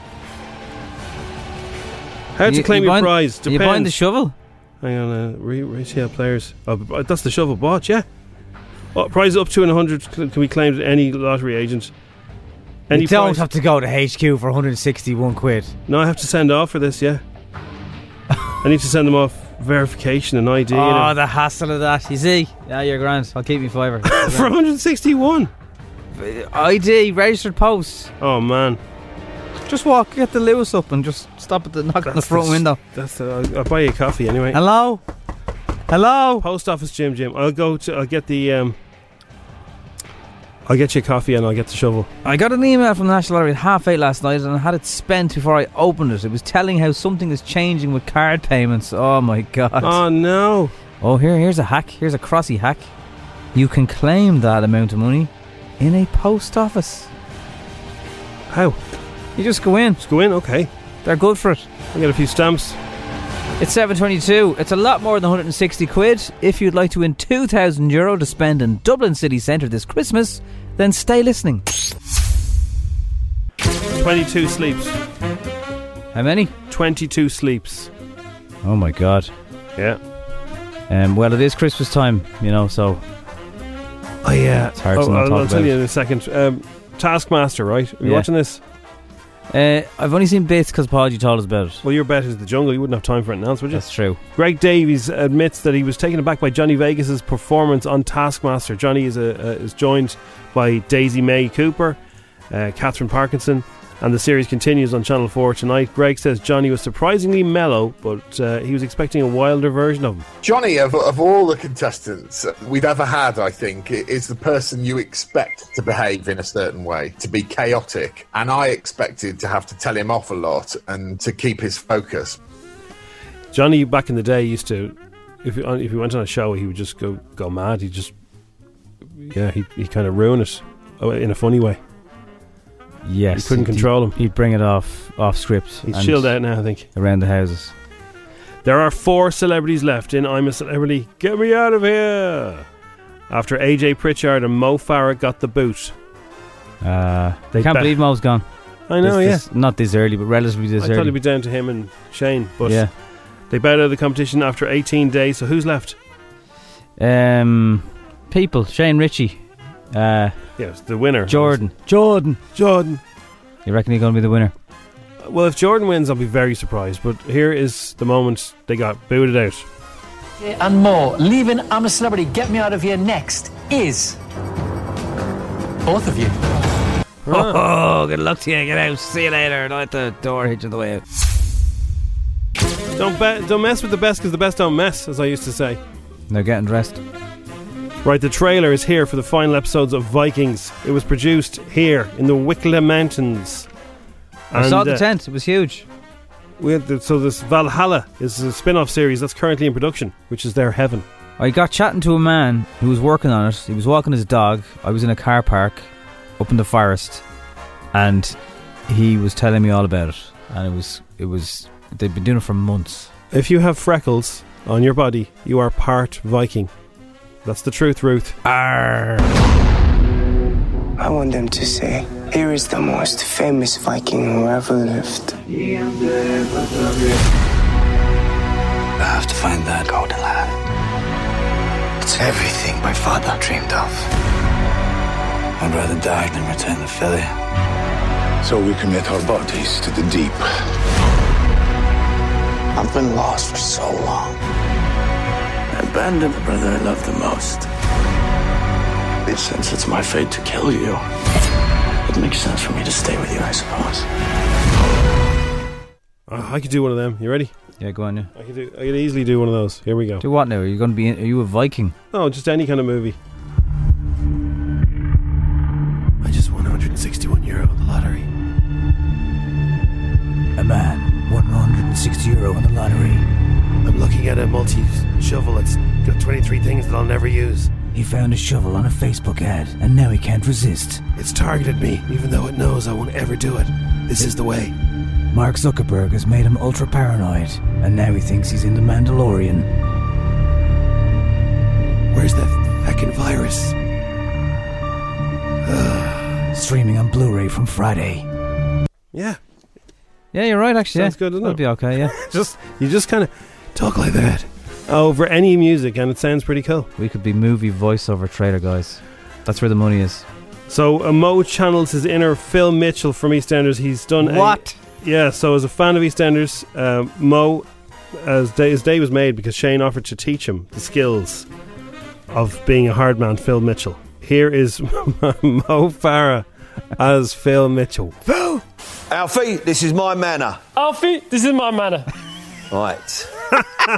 Speaker 2: How to
Speaker 3: You-
Speaker 2: claim
Speaker 3: you
Speaker 2: your
Speaker 3: buying-
Speaker 2: prize
Speaker 3: You buying the
Speaker 2: depends.
Speaker 3: shovel?
Speaker 2: Hang on, uh, re- retail players. Oh, b- uh, that's the shovel bought, yeah. Oh, prize up to 100 c- can be claimed at any lottery agent.
Speaker 3: you don't
Speaker 2: prize-
Speaker 3: have to go to HQ for 161 quid.
Speaker 2: No, I have to send off for this, yeah. I need to send them off verification and ID. you know.
Speaker 3: Oh, the hassle of that. You see? Yeah, you're grand. I'll keep you fiver.
Speaker 2: For 161.
Speaker 3: ID, registered post.
Speaker 2: Oh man,
Speaker 3: Just walk, get the Lewis up, and just stop at the knock on the
Speaker 2: That's
Speaker 3: front
Speaker 2: the s-
Speaker 3: window.
Speaker 2: that's the, I'll, I'll buy you a coffee anyway.
Speaker 3: Hello? Hello?
Speaker 2: Post office, Jim, Jim. I'll go to. I'll get the. Um, I'll get you a coffee and I'll get the shovel.
Speaker 3: I got an email from the National Lottery at half eight last night and I had it spent before I opened it. It was telling how something is changing with card payments. Oh my god.
Speaker 2: Oh no!
Speaker 3: oh, here, here's a hack. Here's a crossy hack. You can claim that amount of money in a post office.
Speaker 2: How?
Speaker 3: You just go in.
Speaker 2: Let's go in. Okay,
Speaker 3: They're good for it.
Speaker 2: I got a few stamps.
Speaker 3: It's 722. It's a lot more than 160 quid. If you'd like to win 2,000 euro to spend in Dublin city centre this Christmas, then stay listening.
Speaker 2: Twenty-two sleeps.
Speaker 3: How many?
Speaker 2: Twenty-two sleeps.
Speaker 3: Oh my god.
Speaker 2: Yeah.
Speaker 3: Um, well, it is Christmas time, you know, so
Speaker 2: Oh yeah.
Speaker 3: It's hard to not
Speaker 2: I'll,
Speaker 3: talk
Speaker 2: I'll tell
Speaker 3: about
Speaker 2: you
Speaker 3: it.
Speaker 2: in a second. Um, Taskmaster, right? Are you
Speaker 3: Yeah.
Speaker 2: watching this?
Speaker 3: Uh, I've only seen bits because Podgy told us about it.
Speaker 2: Well, your bet is the jungle. You wouldn't have time for an announcement, would you?
Speaker 3: That's true.
Speaker 2: Greg Davies admits that he was taken aback by Johnny Vegas's performance on Taskmaster. Johnny is, a, uh, is joined by Daisy May Cooper, uh, Catherine Parkinson, and the series continues on Channel 4 tonight. Greg says Johnny was surprisingly mellow, but uh, he was expecting a wilder version of him.
Speaker 10: Johnny, of, of all the contestants we've ever had, I think, is the person you expect to behave in a certain way, to be chaotic. And I expected to have to tell him off a lot and to keep his focus.
Speaker 2: Johnny, back in the day, used to, if, he- if he went on a show, he would just go, go mad. He'd just, yeah, he, he kind of ruined it oh, in a funny way.
Speaker 3: Yes,
Speaker 2: You couldn't
Speaker 3: he'd-
Speaker 2: control him.
Speaker 3: He'd bring it off off script.
Speaker 2: He's
Speaker 3: and
Speaker 2: chilled out now, I think.
Speaker 3: around the houses.
Speaker 2: There are four celebrities left in I'm a Celebrity. Get me out of here! After AJ Pritchard and Mo Farah got the boot.
Speaker 3: Uh,
Speaker 2: They
Speaker 3: can't
Speaker 2: bet-
Speaker 3: believe Mo's gone.
Speaker 2: I know,
Speaker 3: This-
Speaker 2: yeah.
Speaker 3: this- not this early, but relatively
Speaker 2: I
Speaker 3: this
Speaker 2: thought
Speaker 3: early.
Speaker 2: it'd be down to him and Shane, but
Speaker 3: yeah.
Speaker 2: they bowed out of the competition after 18 days. So who's left?
Speaker 3: Um, people. Shane Ritchie. Uh,
Speaker 2: Yes, the winner.
Speaker 3: Jordan. Jordan.
Speaker 2: Jordan.
Speaker 3: You reckon he's going to be the winner?
Speaker 2: Well, if Jordan wins, I'll be very surprised. But here is the moment they got booted out.
Speaker 11: And more. Leaving I'm a Celebrity, Get Me Out of Here next is. Both of you.
Speaker 3: Oh, good luck to you. Get out. See you later. Not the door hitch on the way out.
Speaker 2: Don't be- don't mess with the best because the best don't mess, as I used to say.
Speaker 3: They're getting dressed.
Speaker 2: Right, the trailer is here for the final episodes of Vikings. It was produced here in the Wicklow Mountains.
Speaker 3: I saw the
Speaker 2: uh,
Speaker 3: tent. It was huge.
Speaker 2: We had the, so this Valhalla is a spin-off series that's currently in production, which is their heaven.
Speaker 3: I got chatting to a man who was working on it. He was walking his dog. I was in a car park up in the forest, and he was telling me all about it. And it was, it was. They've been doing it for months.
Speaker 2: If you have freckles on your body, you are part Viking. That's the truth, Ruth.
Speaker 12: I want them to say, here is the most famous Viking who ever lived. I have to find that golden land. It's everything my father dreamed of. I'd rather die than return the failure.
Speaker 13: So we commit our bodies to the deep.
Speaker 12: I've been lost for so long. I abandoned the brother I love the most. It since it's my fate to kill you, it makes sense for me to stay with you, I suppose.
Speaker 2: Uh, I could do one of them. You ready?
Speaker 3: Yeah, go on. Yeah.
Speaker 2: I could do. I could easily do one of those. Here we go.
Speaker 3: Do what now? Are you going to be? Are you a Viking?
Speaker 2: No, just any kind of movie.
Speaker 14: I just won 161 euro in the lottery. A man won 160 euro in the lottery. I'm looking at a multi shovel. It's got 23 things that I'll never use.
Speaker 15: He found a shovel on a Facebook ad, and now he can't resist.
Speaker 14: It's targeted me, even though it knows I won't ever do it. This is the way.
Speaker 15: Mark Zuckerberg has made him ultra paranoid, and now he thinks he's in The Mandalorian.
Speaker 14: Where's that feckin' virus?
Speaker 15: Uh, Streaming on Blu ray from Friday.
Speaker 2: Yeah.
Speaker 3: Yeah, you're right. Actually,
Speaker 2: Sounds
Speaker 3: yeah.
Speaker 2: good, doesn't
Speaker 3: That'd
Speaker 2: it?
Speaker 3: be okay. Yeah.
Speaker 2: just you just kind of talk like that over any music, and it sounds pretty cool.
Speaker 3: We could be movie voiceover trader guys. That's where the money is.
Speaker 2: So uh, Mo channels his inner Phil Mitchell from EastEnders. He's done a-
Speaker 3: What?
Speaker 2: yeah. So as a fan of EastEnders, uh, Mo, as day, his day was made because Shane offered to teach him the skills of being a hard man, Phil Mitchell. Here is Mo Farah as Phil Mitchell.
Speaker 16: Phil! Alfie, this is my manner. Alfie, this is my manner. Right.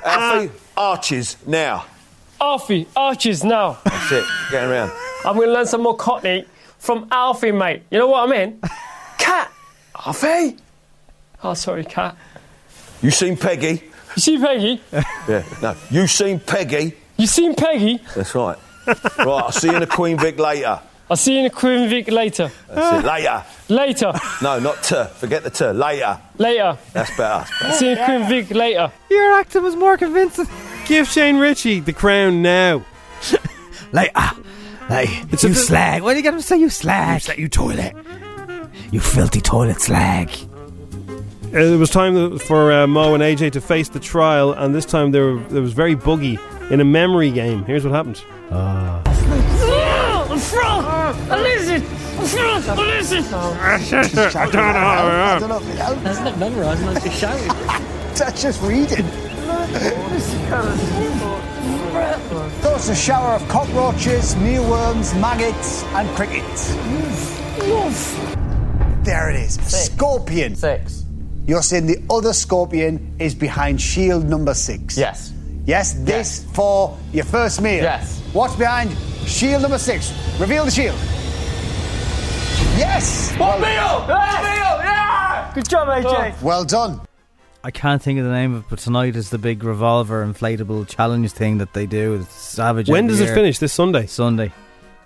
Speaker 16: Alfie, arches now.
Speaker 17: Alfie, arches now.
Speaker 16: That's it, getting around.
Speaker 17: I'm going to learn some more Cockney from Alfie, mate. You know what I mean? Cat. Alfie. Oh, sorry, cat.
Speaker 16: You seen Peggy?
Speaker 17: You see Peggy?
Speaker 16: Yeah, no. You seen Peggy?
Speaker 17: You seen Peggy?
Speaker 16: That's right. right, I'll see you in the Queen Vic later.
Speaker 17: I'll see you in the Queen Vic later.
Speaker 16: That's it, later.
Speaker 17: Later.
Speaker 16: No, not ter. Forget the ter. Later.
Speaker 17: Later.
Speaker 16: That's better.
Speaker 17: I'll see you in the Queen Vic later.
Speaker 3: Your acting was more convincing.
Speaker 2: Give Shane Ritchie the crown now.
Speaker 15: Like, ah, like,
Speaker 2: It's a
Speaker 15: you
Speaker 2: bit-
Speaker 15: slag. What do you got to say, you slag?
Speaker 14: It's that you toilet.
Speaker 15: You filthy toilet slag.
Speaker 2: Uh, it was time for uh, Mo and AJ to face the trial, and this time there there was very buggy in a memory game. Here's what happened.
Speaker 3: Ah.
Speaker 17: Ugh! A frog! A lizard! A frog! A lizard!
Speaker 2: I don't know. I
Speaker 17: don't know. That's not memorising, that's just shouting.
Speaker 18: That's just reading. Those a shower of cockroaches, mealworms, maggots, and crickets. There it is. Scorpion.
Speaker 19: Six.
Speaker 18: You're saying the other scorpion is behind shield number six.
Speaker 19: Yes.
Speaker 18: Yes, this for your first meal.
Speaker 19: Yes.
Speaker 18: What's behind shield number six? Reveal the shield. Yes!
Speaker 17: One meal! Yeah! Ah! Good job, AJ.
Speaker 18: Well done.
Speaker 3: I can't think of the name of it, but tonight is the big revolver inflatable challenge thing that they do. It's savage.
Speaker 2: When
Speaker 3: every
Speaker 2: does it
Speaker 3: year.
Speaker 2: finish? This Sunday?
Speaker 3: Sunday.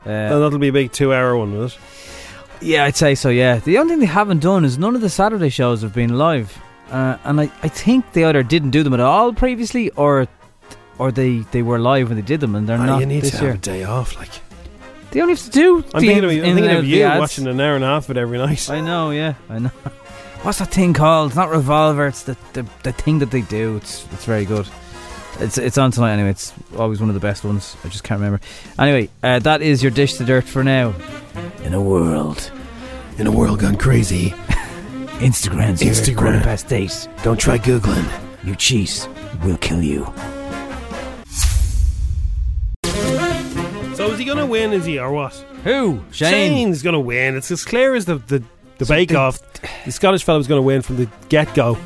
Speaker 3: Uh,
Speaker 2: And that'll be a big two hour one, will it?
Speaker 3: Yeah, I'd say so, yeah. The only thing they haven't done is none of the Saturday shows have been live. Uh, and I, I think they either didn't do them at all previously or or they, they were live when they did them and they're
Speaker 2: Ah,
Speaker 3: not
Speaker 2: you need
Speaker 3: this
Speaker 2: to have
Speaker 3: year.
Speaker 2: a day off. Like
Speaker 3: They only have to do.
Speaker 2: I'm
Speaker 3: the
Speaker 2: thinking of,
Speaker 3: ins-
Speaker 2: I'm
Speaker 3: in
Speaker 2: thinking
Speaker 3: and out
Speaker 2: of
Speaker 3: the
Speaker 2: you
Speaker 3: ads.
Speaker 2: watching an hour and a half of it every night.
Speaker 3: I know, yeah, I know. What's that thing called? It's not revolver. It's the, the, the thing that they do. It's it's very good. It's it's on tonight anyway. It's always one of the best ones. I just can't remember. Anyway, uh, that is your dish to dirt for now. In a world,
Speaker 14: in a world gone crazy.
Speaker 15: Instagram's here at
Speaker 14: Instagram.
Speaker 15: quarter past eight.
Speaker 14: Don't try Googling.
Speaker 15: You cheese, we'll kill you.
Speaker 2: So is he going to win? Is he or what?
Speaker 3: Who? Shane.
Speaker 2: Shane's going to win. It's as clear as the the, the bake off. The Scottish fella was going to win from the get go.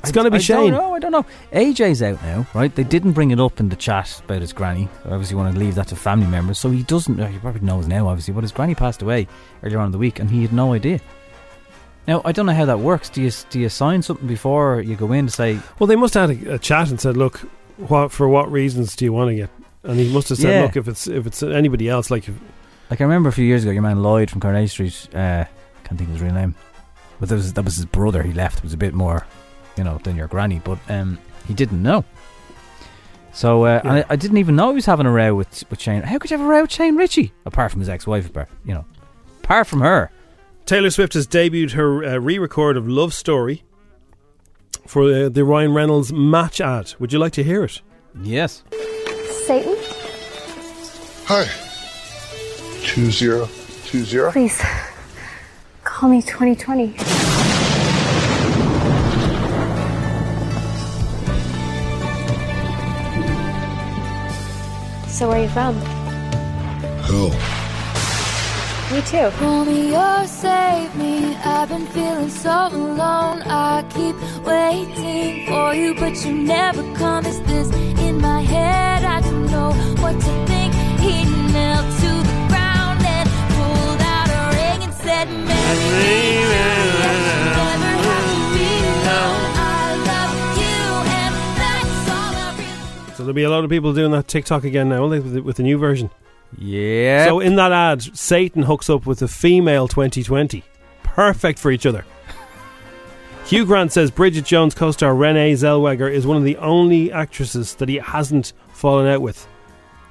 Speaker 2: It's going to be
Speaker 3: I
Speaker 2: Shane.
Speaker 3: Don't know, I don't know. AJ's out now, right? They didn't bring it up in the chat about his granny. I obviously want to leave that to family members, so he doesn't. uh, He probably knows now, obviously, but his granny passed away earlier on in the week, and he had no idea. Now I don't know how that works. Do you do you sign something before you go in to say?
Speaker 2: Well, they must have had a, a chat and said, "Look, what for? What reasons do you want to get?" And he must have said,
Speaker 3: Yeah.
Speaker 2: "Look, if it's if it's anybody else, like if,
Speaker 3: Like I remember a few years ago, your man Lloyd from Coronation Street. Uh, can't think of his real name, but that was that was his brother. He left. It was a bit more, you know, than your granny, but um, he didn't know. So uh, and I, I didn't even know he was having a row with with Shane. How could you have a row with Shane Ritchie apart from his ex-wife? Apart, you know, apart from her.
Speaker 2: Taylor Swift has debuted her uh, re-record of "Love Story" for uh, the Ryan Reynolds match ad. Would you like to hear it?
Speaker 3: Yes.
Speaker 20: Satan,
Speaker 13: Hi. Two zero two zero.
Speaker 20: please call me 2020. So, where are you from?
Speaker 13: Who?
Speaker 20: Me too.
Speaker 21: Romeo, save me. I've been feeling so alone. I keep waiting for you, but you never come. Is this in my head? I don't know what to think. He knelt to the ground and pulled out a ring and said, Marry me. You never have to be alone. I love you, and that's all I really
Speaker 2: So there'll be a lot of people doing that TikTok again now, won't they, with the, with the new version?
Speaker 3: Yeah.
Speaker 2: So in that ad, Satan hooks up with a female 2020. Perfect for each other. Hugh Grant says Bridget Jones co star Renee Zellweger is one of the only actresses that he hasn't fallen out with.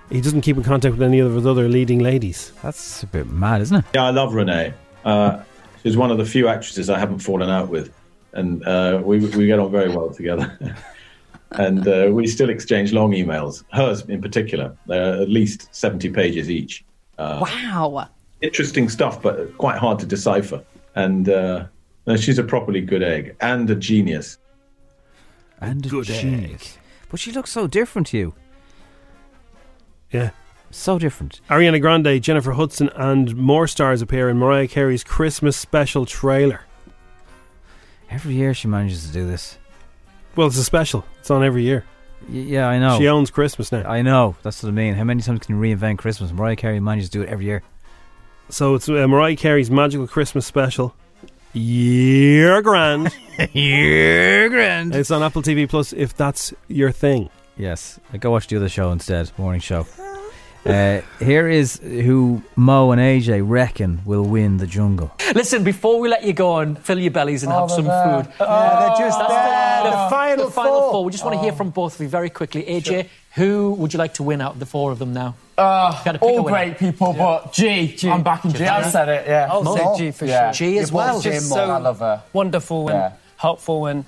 Speaker 2: He doesn't keep in contact with any of his other leading ladies.
Speaker 3: That's a bit mad, isn't it?
Speaker 22: Yeah, I love Renee. Uh, she's one of the few actresses I haven't fallen out with, and uh, we we get on very well together. and uh, we still exchange long emails. Hers in particular, they're at least seventy pages each. Uh,
Speaker 23: Wow.
Speaker 22: Interesting stuff, but quite hard to decipher. And uh, no, she's a properly good egg and a genius.
Speaker 3: And good egg. But she looks so different to you.
Speaker 2: Yeah.
Speaker 3: So different.
Speaker 2: Ariana Grande, Jennifer Hudson, and more stars appear in Mariah Carey's Christmas special trailer.
Speaker 3: Every year she manages to do this.
Speaker 2: Well, it's a special, it's on every year.
Speaker 3: Y- yeah, I know.
Speaker 2: She owns Christmas now.
Speaker 3: I know. That's what I mean. How many times can you reinvent Christmas? Mariah Carey manages to do it every year.
Speaker 2: So it's uh, Mariah Carey's Magical Christmas Special. Year grand.
Speaker 3: Year grand.
Speaker 2: It's on Apple TV Plus if that's your thing.
Speaker 3: Yes, I go watch the other show instead. Morning show. Uh, here is who Mo and AJ reckon will win the jungle.
Speaker 19: Listen, before we let you go on, fill your bellies and have some food.
Speaker 18: Yeah, they're just
Speaker 19: That's
Speaker 18: there.
Speaker 19: the,
Speaker 18: The final
Speaker 19: the final
Speaker 18: four.
Speaker 19: four. We just want to
Speaker 24: Oh.
Speaker 19: hear from both of you very quickly. AJ, who would you like to win out of the four of them now?
Speaker 24: Uh,
Speaker 19: pick a
Speaker 24: all
Speaker 19: winner.
Speaker 24: great people, but G, I'm backing G.
Speaker 19: G.
Speaker 24: I said it, yeah.
Speaker 23: Oh,
Speaker 24: Mo?
Speaker 23: G for
Speaker 24: Yeah.
Speaker 23: sure. G
Speaker 24: You're both G Mo, I love her.
Speaker 23: wonderful and
Speaker 24: Yeah.
Speaker 23: helpful and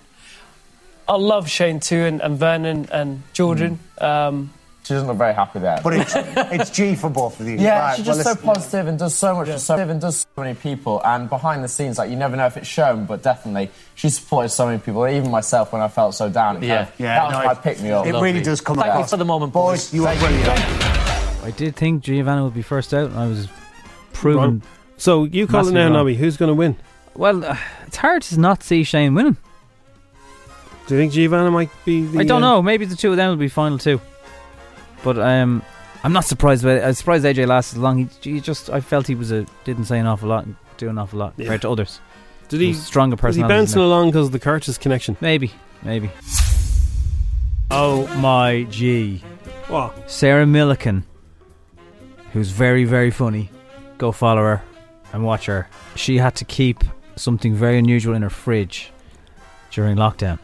Speaker 17: I love Shane too, and, and Vernon and Jordan. Um,
Speaker 24: Mm. She doesn't look very happy there.
Speaker 18: But it's, it's G for both of you.
Speaker 24: Yeah,
Speaker 18: Right,
Speaker 24: she's
Speaker 18: well,
Speaker 24: just so
Speaker 18: listen-
Speaker 24: positive and does so much for so, and does so many people. And behind the scenes, like you never know if it's shown, but definitely she supported so many people. Even myself when I felt so down. it kind of- that was my pick me up.
Speaker 19: Thank you for the moment, boys.
Speaker 18: You are brilliant.
Speaker 3: I did think Giovanna would be first out, and I was proven.
Speaker 2: Wrong. So you call it
Speaker 3: massively
Speaker 2: now,
Speaker 3: wrong.
Speaker 2: Nobby. Who's going to win?
Speaker 3: Well, uh, it's hard to not see Shane winning.
Speaker 2: Do you think Giovanna might be? the...
Speaker 3: I don't
Speaker 2: uh,
Speaker 3: know. Maybe the two of them will be final two. But um, I'm not surprised. By it. I'm surprised AJ lasted long. He, he just, I felt he was a didn't say an awful lot and do an awful lot compared to others.
Speaker 2: Did
Speaker 3: There
Speaker 2: he
Speaker 3: was stronger
Speaker 2: Was he
Speaker 3: personality?
Speaker 2: bouncing along because of the Curtis connection?
Speaker 3: Maybe, maybe. Oh my G.
Speaker 2: What?
Speaker 3: Sarah Milliken, who's very, very funny. Go follow her and watch her. She had to keep something very unusual in her fridge during lockdown.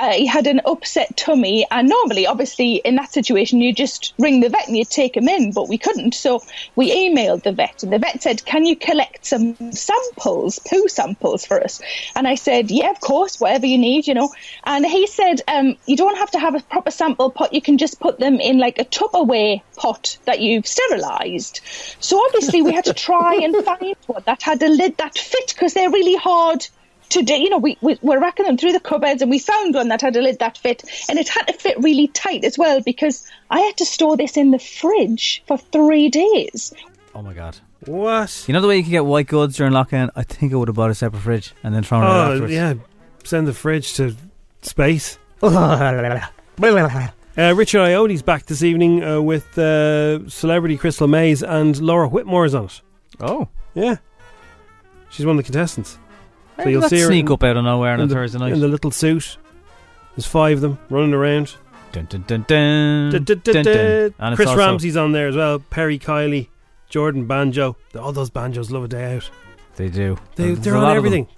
Speaker 25: I uh, had an upset tummy, and normally, obviously, in that situation, you just ring the vet and you take him in, but we couldn't. So we emailed the vet, and the vet said, Can you collect some samples, poo samples for us? And I said, Yeah, of course, whatever you need, you know. And he said, um, You don't have to have a proper sample pot, you can just put them in like a Tupperware pot that you've sterilised. So obviously, we had to try and find one that had a lid that fit because they're really hard to do, you know, we, we were racking them through the cupboards and we found one that had a lid that fit and it had to fit really tight as well because I had to store this in the fridge for three days.
Speaker 3: Oh my god.
Speaker 2: What?
Speaker 3: You know the way you can get white goods during lockdown? I think I would have bought a separate fridge and then thrown it out
Speaker 2: Oh
Speaker 3: afterwards.
Speaker 2: yeah, send the fridge to space. Uh, Richard Iode's back this evening uh, with uh, celebrity Crystal Mays and Laura Whitmore is on it.
Speaker 3: Oh,
Speaker 2: yeah, she's one of the contestants.
Speaker 3: Where did that sneak up out of nowhere on a
Speaker 2: the,
Speaker 3: Thursday night?
Speaker 2: in the little suit. There's five of them running around.
Speaker 3: Dun, dun, dun, dun.
Speaker 2: Duh, duh, duh,
Speaker 3: Mm. Dun, dun.
Speaker 2: duh.
Speaker 3: And it's
Speaker 2: Chris
Speaker 3: also-
Speaker 2: Ramsey's on there as well. Perry Kiley, Jordan Banjo. All those banjos love a day out.
Speaker 3: They do.
Speaker 2: They,
Speaker 3: There's
Speaker 2: they're
Speaker 3: a lot
Speaker 2: on
Speaker 3: of them.
Speaker 2: everything.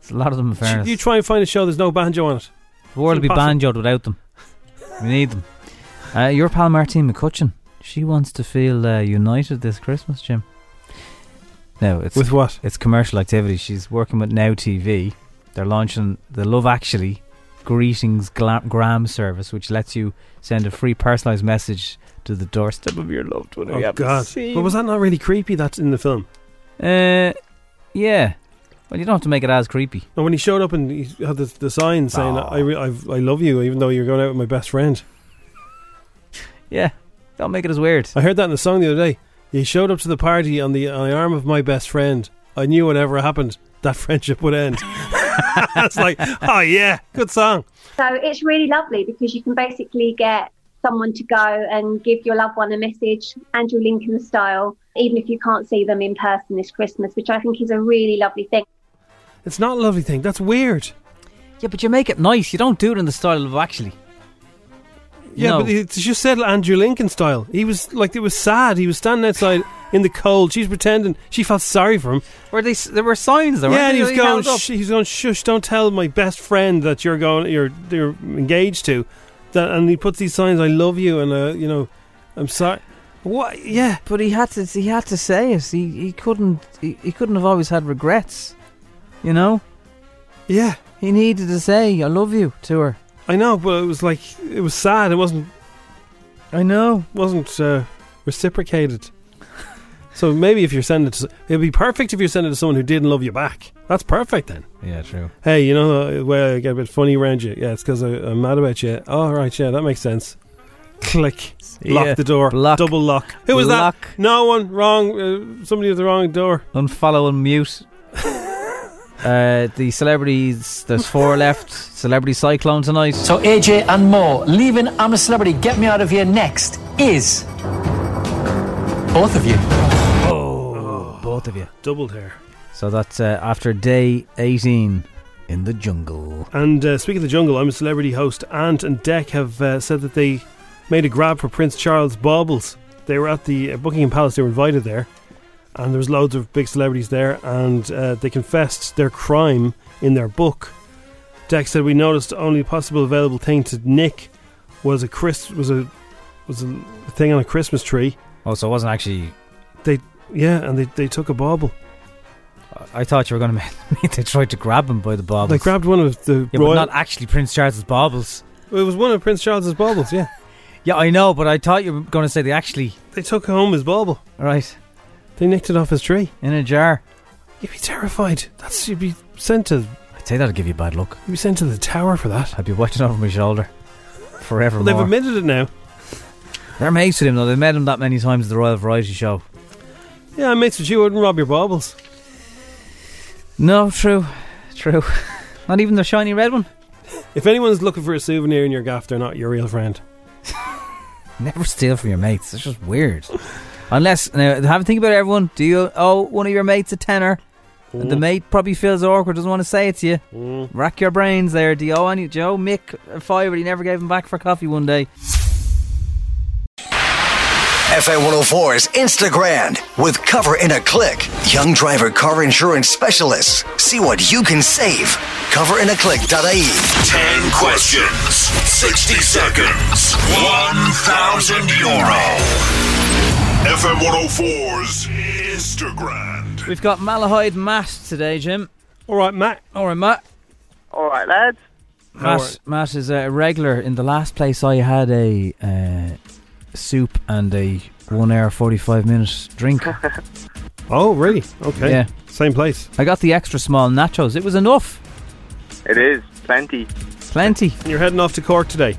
Speaker 3: There's a lot of them, in fairness.
Speaker 2: You try and find a show there's no banjo on it.
Speaker 3: The world
Speaker 2: It's
Speaker 3: would be
Speaker 2: impossible.
Speaker 3: banjoed without them. We need them. Uh, your pal Martine McCutcheon, she wants to feel uh, united this Christmas, Jim. No, it's
Speaker 2: With what?
Speaker 3: It's commercial activity. She's working with Now TV. They're launching the Love Actually greetings gla- gram service, which lets you send a free personalised message to the doorstep of your loved one. who you
Speaker 2: Oh
Speaker 3: haven't
Speaker 2: God!
Speaker 3: seen.
Speaker 2: But was that not really creepy? That's in the film.
Speaker 3: Uh, yeah. Well, you don't have to make it as creepy.
Speaker 2: And when he showed up and he had the, the sign saying, "I re- I've, I love you," even though you're going out with my best friend.
Speaker 3: Yeah, don't make it as weird.
Speaker 2: I heard that in a song the other day. He showed up to the party on the, on the arm of my best friend. I knew whatever happened, that friendship would end. That's like, oh yeah, good song.
Speaker 26: So it's really lovely because you can basically get someone to go and give your loved one a message, Andrew Lincoln style, even if you can't see them in person this Christmas, which I think is a really lovely thing.
Speaker 2: It's not a lovely thing. That's weird.
Speaker 3: Yeah, but you make it nice. You don't do it in the style of actually.
Speaker 2: Yeah,
Speaker 3: No.
Speaker 2: but it's just said Andrew Lincoln style. He was like, it was sad. He was standing outside in the cold. She's pretending she felt sorry for him.
Speaker 3: Were they? There were signs. There,
Speaker 2: yeah,
Speaker 3: weren't
Speaker 2: and he
Speaker 3: there,
Speaker 2: was
Speaker 3: that he
Speaker 2: going.
Speaker 3: held up?
Speaker 2: Sh- he was going. Shush! Don't tell my best friend that you're going. You're you're engaged to. That and he puts these signs. I love you, and uh, you know, I'm sorry. What? Yeah,
Speaker 3: but he had to. He had to say it. He he couldn't. He, he couldn't have always had regrets. You know.
Speaker 2: Yeah.
Speaker 3: He needed to say "I love you" to her.
Speaker 2: I know, but it was like it was sad. It wasn't.
Speaker 3: I know.
Speaker 2: Wasn't uh, reciprocated. so maybe if you're sending it, to, it'd be perfect if you're sending it to someone who didn't love you back. That's perfect then.
Speaker 3: Yeah, true.
Speaker 2: Hey, you know the way I get a bit funny around you? Yeah, it's because I'm mad about you. All right, yeah, that makes sense. Click. Lock
Speaker 3: Yeah.
Speaker 2: the door.
Speaker 3: Block.
Speaker 2: Double lock. Who was
Speaker 3: Block.
Speaker 2: that? No one. Wrong. Uh, somebody with the wrong door.
Speaker 3: Unfollow and mute. uh, the celebrities. There's four left. Celebrity cyclone tonight.
Speaker 11: So AJ and Mo, leaving I'm a Celebrity, Get Me Out of Here next is both of you.
Speaker 3: both of you.
Speaker 2: Doubled hair.
Speaker 3: Oh. So that's uh, after day 18 in the jungle.
Speaker 2: And uh, speaking of the jungle, I'm a celebrity host. Ant and Deck have uh, said that they made a grab for Prince Charles baubles. They were at the uh, Buckingham Palace. They were invited there, and there was loads of big celebrities there. And uh, they confessed their crime in their book. Deck said we noticed only possible available thing to nick was a Chris was a was a thing on a Christmas tree.
Speaker 3: Oh, so it wasn't actually.
Speaker 2: They yeah, and they they took a bauble.
Speaker 3: I thought you were going to mean they tried to grab him by the baubles.
Speaker 2: They grabbed one of the
Speaker 3: Yeah,
Speaker 2: royal.
Speaker 3: but not actually Prince Charles's baubles.
Speaker 2: it was one of Prince Charles's baubles. Yeah.
Speaker 3: Yeah, I know, but I thought you were going to say they actually.
Speaker 2: They took home his bauble.
Speaker 3: Right.
Speaker 2: They nicked it off his tree.
Speaker 3: In a jar.
Speaker 2: You'd be terrified. That's you'd be sent to.
Speaker 3: I'd say that'd give you bad luck.
Speaker 2: You'd be sent to the tower for that.
Speaker 3: I'd be watching over my shoulder. Forever.
Speaker 2: Well, they've admitted it now.
Speaker 3: They're mates with him though. They met him that many times at the Royal Variety Show.
Speaker 2: Yeah, I'm mates with you. I wouldn't rob your baubles.
Speaker 3: No, true, true. Not even the shiny red one.
Speaker 2: If anyone's looking for a souvenir in your gaff, they're not your real friend.
Speaker 3: Never steal from your mates. It's just weird. Unless now, have a think about it, everyone. Do you owe one of your mates a tenner?
Speaker 2: Mm.
Speaker 3: The mate probably feels awkward, doesn't want to say it to you.
Speaker 2: Mm.
Speaker 3: Rack your brains there. Do you owe any? Do you owe Mick a fiver? He never gave him back for coffee one day.
Speaker 27: FA104's Instagram with Cover in a Click. Young driver car insurance specialists. See what you can save. Coverinaclick.ie.
Speaker 4: 10 questions, 60 seconds, 1,000 euro. FM 104's Instagram.
Speaker 3: We've got Malahide Matt today, Jim.
Speaker 2: All right, Matt.
Speaker 3: All right, Matt.
Speaker 28: All right, lads.
Speaker 3: Matt, Matt is a regular. In the last place, I had a uh, soup and a one hour forty five minute drink.
Speaker 2: oh, really? Okay.
Speaker 3: Yeah.
Speaker 2: Same place.
Speaker 3: I got the extra small nachos. It was enough.
Speaker 28: It is plenty.
Speaker 3: Plenty.
Speaker 2: You're heading off to Cork today.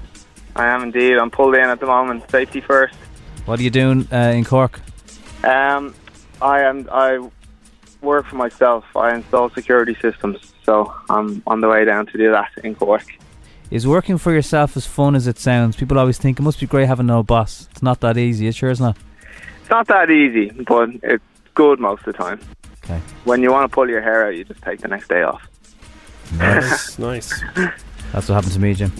Speaker 28: I am indeed. I'm pulled in at the moment. Safety first.
Speaker 3: What are you doing uh, in Cork?
Speaker 28: Um, I am. I work for myself. I install security systems, so I'm on the way down to do that in Cork.
Speaker 3: Is working for yourself as fun as it sounds? People always think it must be great having no boss. It's not that easy. It sure is not.
Speaker 28: It's not that easy, but it's good most of the time.
Speaker 3: Okay.
Speaker 28: When you want to pull your hair out, you just take the next day off.
Speaker 2: Nice, nice.
Speaker 3: That's what happened to me, Jim.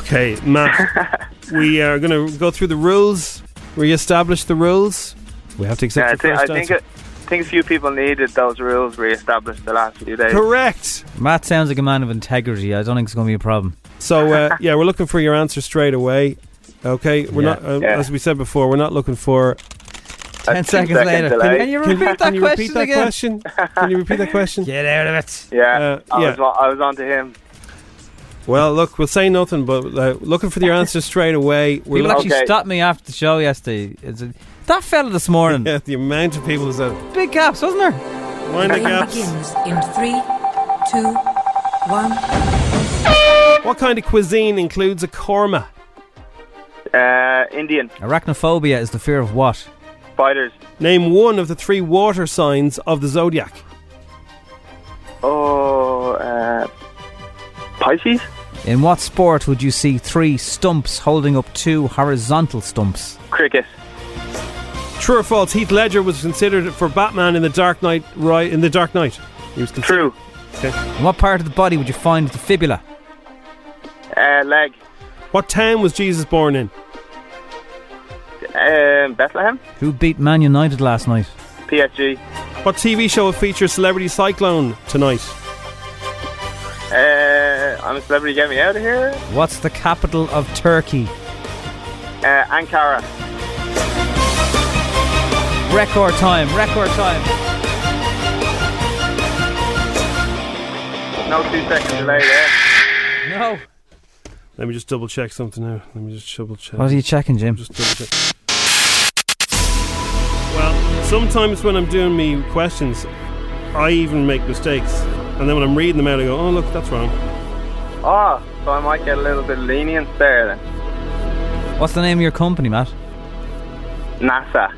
Speaker 2: Okay, Matt. we are going to go through the rules. Re-establish the rules. We have to
Speaker 28: Yeah,
Speaker 2: accept.
Speaker 28: I
Speaker 2: your
Speaker 28: think, I
Speaker 2: first
Speaker 28: think,
Speaker 2: answer.
Speaker 28: it, I think a few people needed those rules re-established the last few days.
Speaker 2: Correct.
Speaker 3: Matt sounds like a man of integrity. I don't think it's going to be a problem.
Speaker 2: So uh, yeah, we're looking for your answer straight away. Okay, we're
Speaker 3: Yeah.
Speaker 2: not uh,
Speaker 3: Yeah.
Speaker 2: as we said before. We're not looking for.
Speaker 3: Ten
Speaker 2: Ten
Speaker 3: seconds later. Can, can you repeat that
Speaker 2: can you
Speaker 3: question
Speaker 2: repeat that
Speaker 3: again?
Speaker 2: question? Can you repeat that question?
Speaker 3: Get out of it.
Speaker 28: Yeah, I,
Speaker 2: Uh, yeah.
Speaker 28: Was, on- I was on to him.
Speaker 2: Well, look, we'll say nothing, but uh, looking for your answer straight away.
Speaker 3: People
Speaker 2: We're looking-
Speaker 3: actually stopped me after the show yesterday. It's a, that fella this morning.
Speaker 2: Yeah, the amount of people who said
Speaker 3: big gaps, wasn't there?
Speaker 2: Mind the gaps.
Speaker 23: in three, two, one.
Speaker 2: What kind of cuisine includes a korma?
Speaker 28: Uh, Indian
Speaker 3: Arachnophobia is the fear of what?
Speaker 28: spiders.
Speaker 2: Name one of the three water signs of the zodiac.
Speaker 28: Oh, uh, Pisces.
Speaker 3: In what sport would you see three stumps holding up two horizontal stumps?
Speaker 28: Cricket.
Speaker 2: True or false? Heath Ledger was considered for Batman in the Dark Knight. Right in the Dark Knight, he was considered.
Speaker 28: True.
Speaker 2: Okay.
Speaker 3: In what part of the body would you find the fibula?
Speaker 28: Uh, leg.
Speaker 2: What town was Jesus born in?
Speaker 28: Um, Bethlehem.
Speaker 3: Who beat Man United last night?
Speaker 28: PSG.
Speaker 2: What TV show will feature celebrity cyclone tonight?
Speaker 28: Uh, I'm a celebrity. Get me out of here.
Speaker 3: What's the capital of Turkey?
Speaker 28: Uh, Ankara.
Speaker 3: Record time, record time.
Speaker 28: No two seconds delay there.
Speaker 3: No.
Speaker 2: Let me just double check something now. Let me just double check.
Speaker 3: What are you checking, Jim?
Speaker 2: Just double check. Well, sometimes when I'm doing me questions, I even make mistakes, and then when I'm reading them out, I go, "Oh, look, that's wrong."
Speaker 28: Oh, so I might get a little bit lenient there then.
Speaker 3: What's the name of your company, Matt?
Speaker 28: NASA.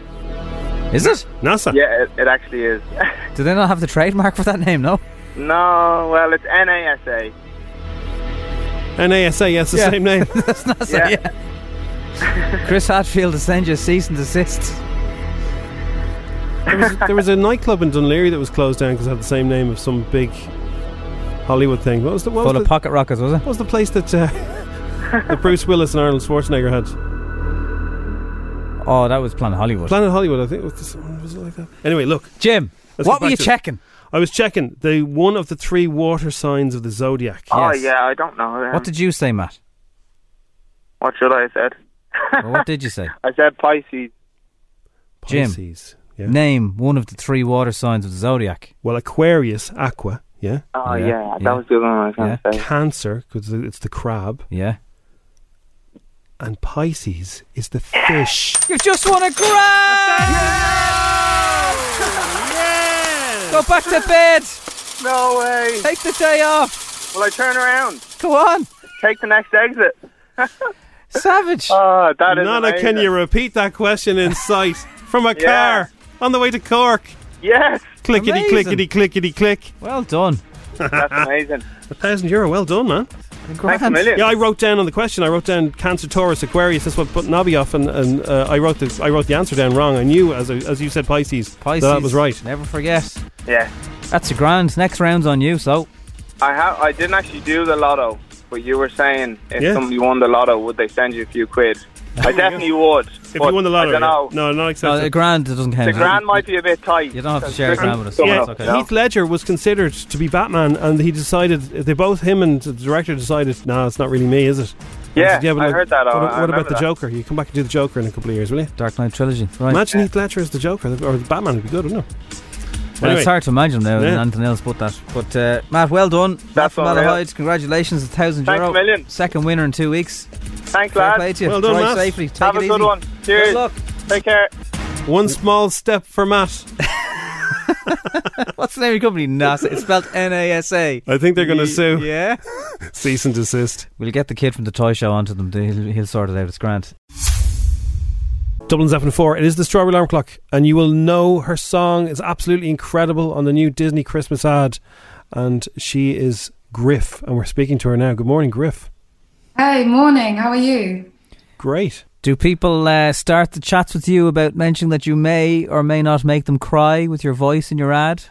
Speaker 3: Is it?
Speaker 2: NASA.
Speaker 28: Yeah, it, it actually is.
Speaker 3: Do they not have the trademark for that name? No.
Speaker 28: no, well, it's NASA.
Speaker 2: NASA. Yes, the
Speaker 3: Yeah.
Speaker 2: same name.
Speaker 3: That's NASA. Yeah. Chris Hatfield has sent you a cease and desist.
Speaker 2: there, was, there was a nightclub in Dunleary that was closed down because it had the same name of some big Hollywood thing. What was the? What
Speaker 3: Full
Speaker 2: was
Speaker 3: of
Speaker 2: the,
Speaker 3: pocket rockets, was it?
Speaker 2: What was the place that, uh, that Bruce Willis and Arnold Schwarzenegger had?
Speaker 3: Oh, that was Planet Hollywood.
Speaker 2: Planet Hollywood, I think. Was, this, was it like that? Anyway, look.
Speaker 3: Jim,
Speaker 2: let's
Speaker 3: what
Speaker 2: get
Speaker 3: were
Speaker 2: back
Speaker 3: you
Speaker 2: to it.
Speaker 3: checking?
Speaker 2: I was checking the one of the three water signs of the zodiac.
Speaker 28: Oh, yeah, I don't know. um,
Speaker 3: What did you say, Matt?
Speaker 28: What should I have said?
Speaker 3: Well, what did you say?
Speaker 28: I said Pisces.
Speaker 3: Jim,
Speaker 2: Pisces, yeah.
Speaker 3: name one of the three water signs of the zodiac.
Speaker 2: Well, Aquarius, Aqua, yeah.
Speaker 28: Oh, yeah, that was the other one I was going to say.
Speaker 2: Cancer, because it's the crab.
Speaker 3: Yeah.
Speaker 2: and Pisces is the fish.
Speaker 3: You've just won a grand! Go back to bed.
Speaker 28: No way.
Speaker 3: Take the day off.
Speaker 28: Will I turn around?
Speaker 3: Go on.
Speaker 28: Take the next exit.
Speaker 3: Savage.
Speaker 28: Oh, that is
Speaker 2: Nana, can
Speaker 28: amazing.
Speaker 2: you repeat that question in sight from a
Speaker 28: Yeah.
Speaker 2: car on the way to Cork?
Speaker 28: Yes.
Speaker 2: Clickety,
Speaker 28: Amazing.
Speaker 2: clickety, clickety, click.
Speaker 3: Well done.
Speaker 28: That's amazing.
Speaker 2: A thousand euro. Well done, man.
Speaker 28: Thanks a million.
Speaker 2: Yeah, I wrote down on the question. I wrote down Cancer, Taurus, Aquarius. That's what put Nobby off, and, and uh, I wrote the I wrote the answer down wrong. I knew as I- as you said Pisces.
Speaker 3: Pisces.
Speaker 2: That, was right.
Speaker 3: Never forget.
Speaker 28: Yeah.
Speaker 3: That's a grand. Next round's on you, so.
Speaker 28: I have. I didn't actually do the lotto, but you were saying if
Speaker 3: Yeah.
Speaker 28: somebody won the lotto, would they send you a few quid? I definitely would. If
Speaker 2: you won the lotto,
Speaker 28: I don't
Speaker 2: No,
Speaker 28: know.
Speaker 2: not
Speaker 3: No, Uh, a
Speaker 2: accepted.
Speaker 3: grand doesn't count.
Speaker 28: The grand might be a bit tight.
Speaker 3: You don't have to share a grand with us.
Speaker 2: Yeah,
Speaker 3: It's okay.
Speaker 2: Heath Ledger was considered to be Batman, and he decided they both him and the director decided, nah, it's not really me, is it? And
Speaker 28: Yeah,
Speaker 2: he said,
Speaker 28: I
Speaker 2: like,
Speaker 28: heard that, uh, I-
Speaker 2: What,
Speaker 28: I
Speaker 2: what about
Speaker 28: remember
Speaker 2: the
Speaker 28: that."
Speaker 2: Joker? You come back and do the Joker in a couple of years, will you?
Speaker 3: Dark Knight trilogy. Right.
Speaker 2: Imagine Heath Ledger as the Joker or the Batman would be good, wouldn't it?
Speaker 3: Well,
Speaker 2: Anyway.
Speaker 3: it's hard to imagine now,
Speaker 2: Yeah.
Speaker 3: anything else but that. But uh, Matt, well done. Matt from
Speaker 2: unreal.
Speaker 3: Malahide, congratulations, a thousand
Speaker 28: Thanks
Speaker 3: euro.
Speaker 28: a million.
Speaker 3: Second winner in two weeks.
Speaker 28: Thanks,
Speaker 3: Fair
Speaker 28: lad.
Speaker 3: play to you. Well done, Drive Matt. safely. Take
Speaker 28: have
Speaker 3: it
Speaker 28: a good
Speaker 3: easy.
Speaker 28: one. Cheers.
Speaker 3: Good luck.
Speaker 28: Take care.
Speaker 2: One small step for Matt.
Speaker 3: What's the name of your company? NASA. It's spelled N A S A.
Speaker 2: I think they're going to sue.
Speaker 3: Yeah.
Speaker 2: Cease and desist.
Speaker 3: We'll get the kid from the toy show onto them. He'll, he'll sort it out. It's grand.
Speaker 2: Dublin's F4. It is the Strawberry Alarm Clock, and you will know her song is absolutely incredible on the new Disney Christmas ad. And she is Griff, and we're speaking to her now. Good morning, Griff.
Speaker 29: Hey, morning. How are you?
Speaker 2: Great.
Speaker 3: Do people uh, start the chats with you about mentioning that you may or may not make them cry with your voice in your ad?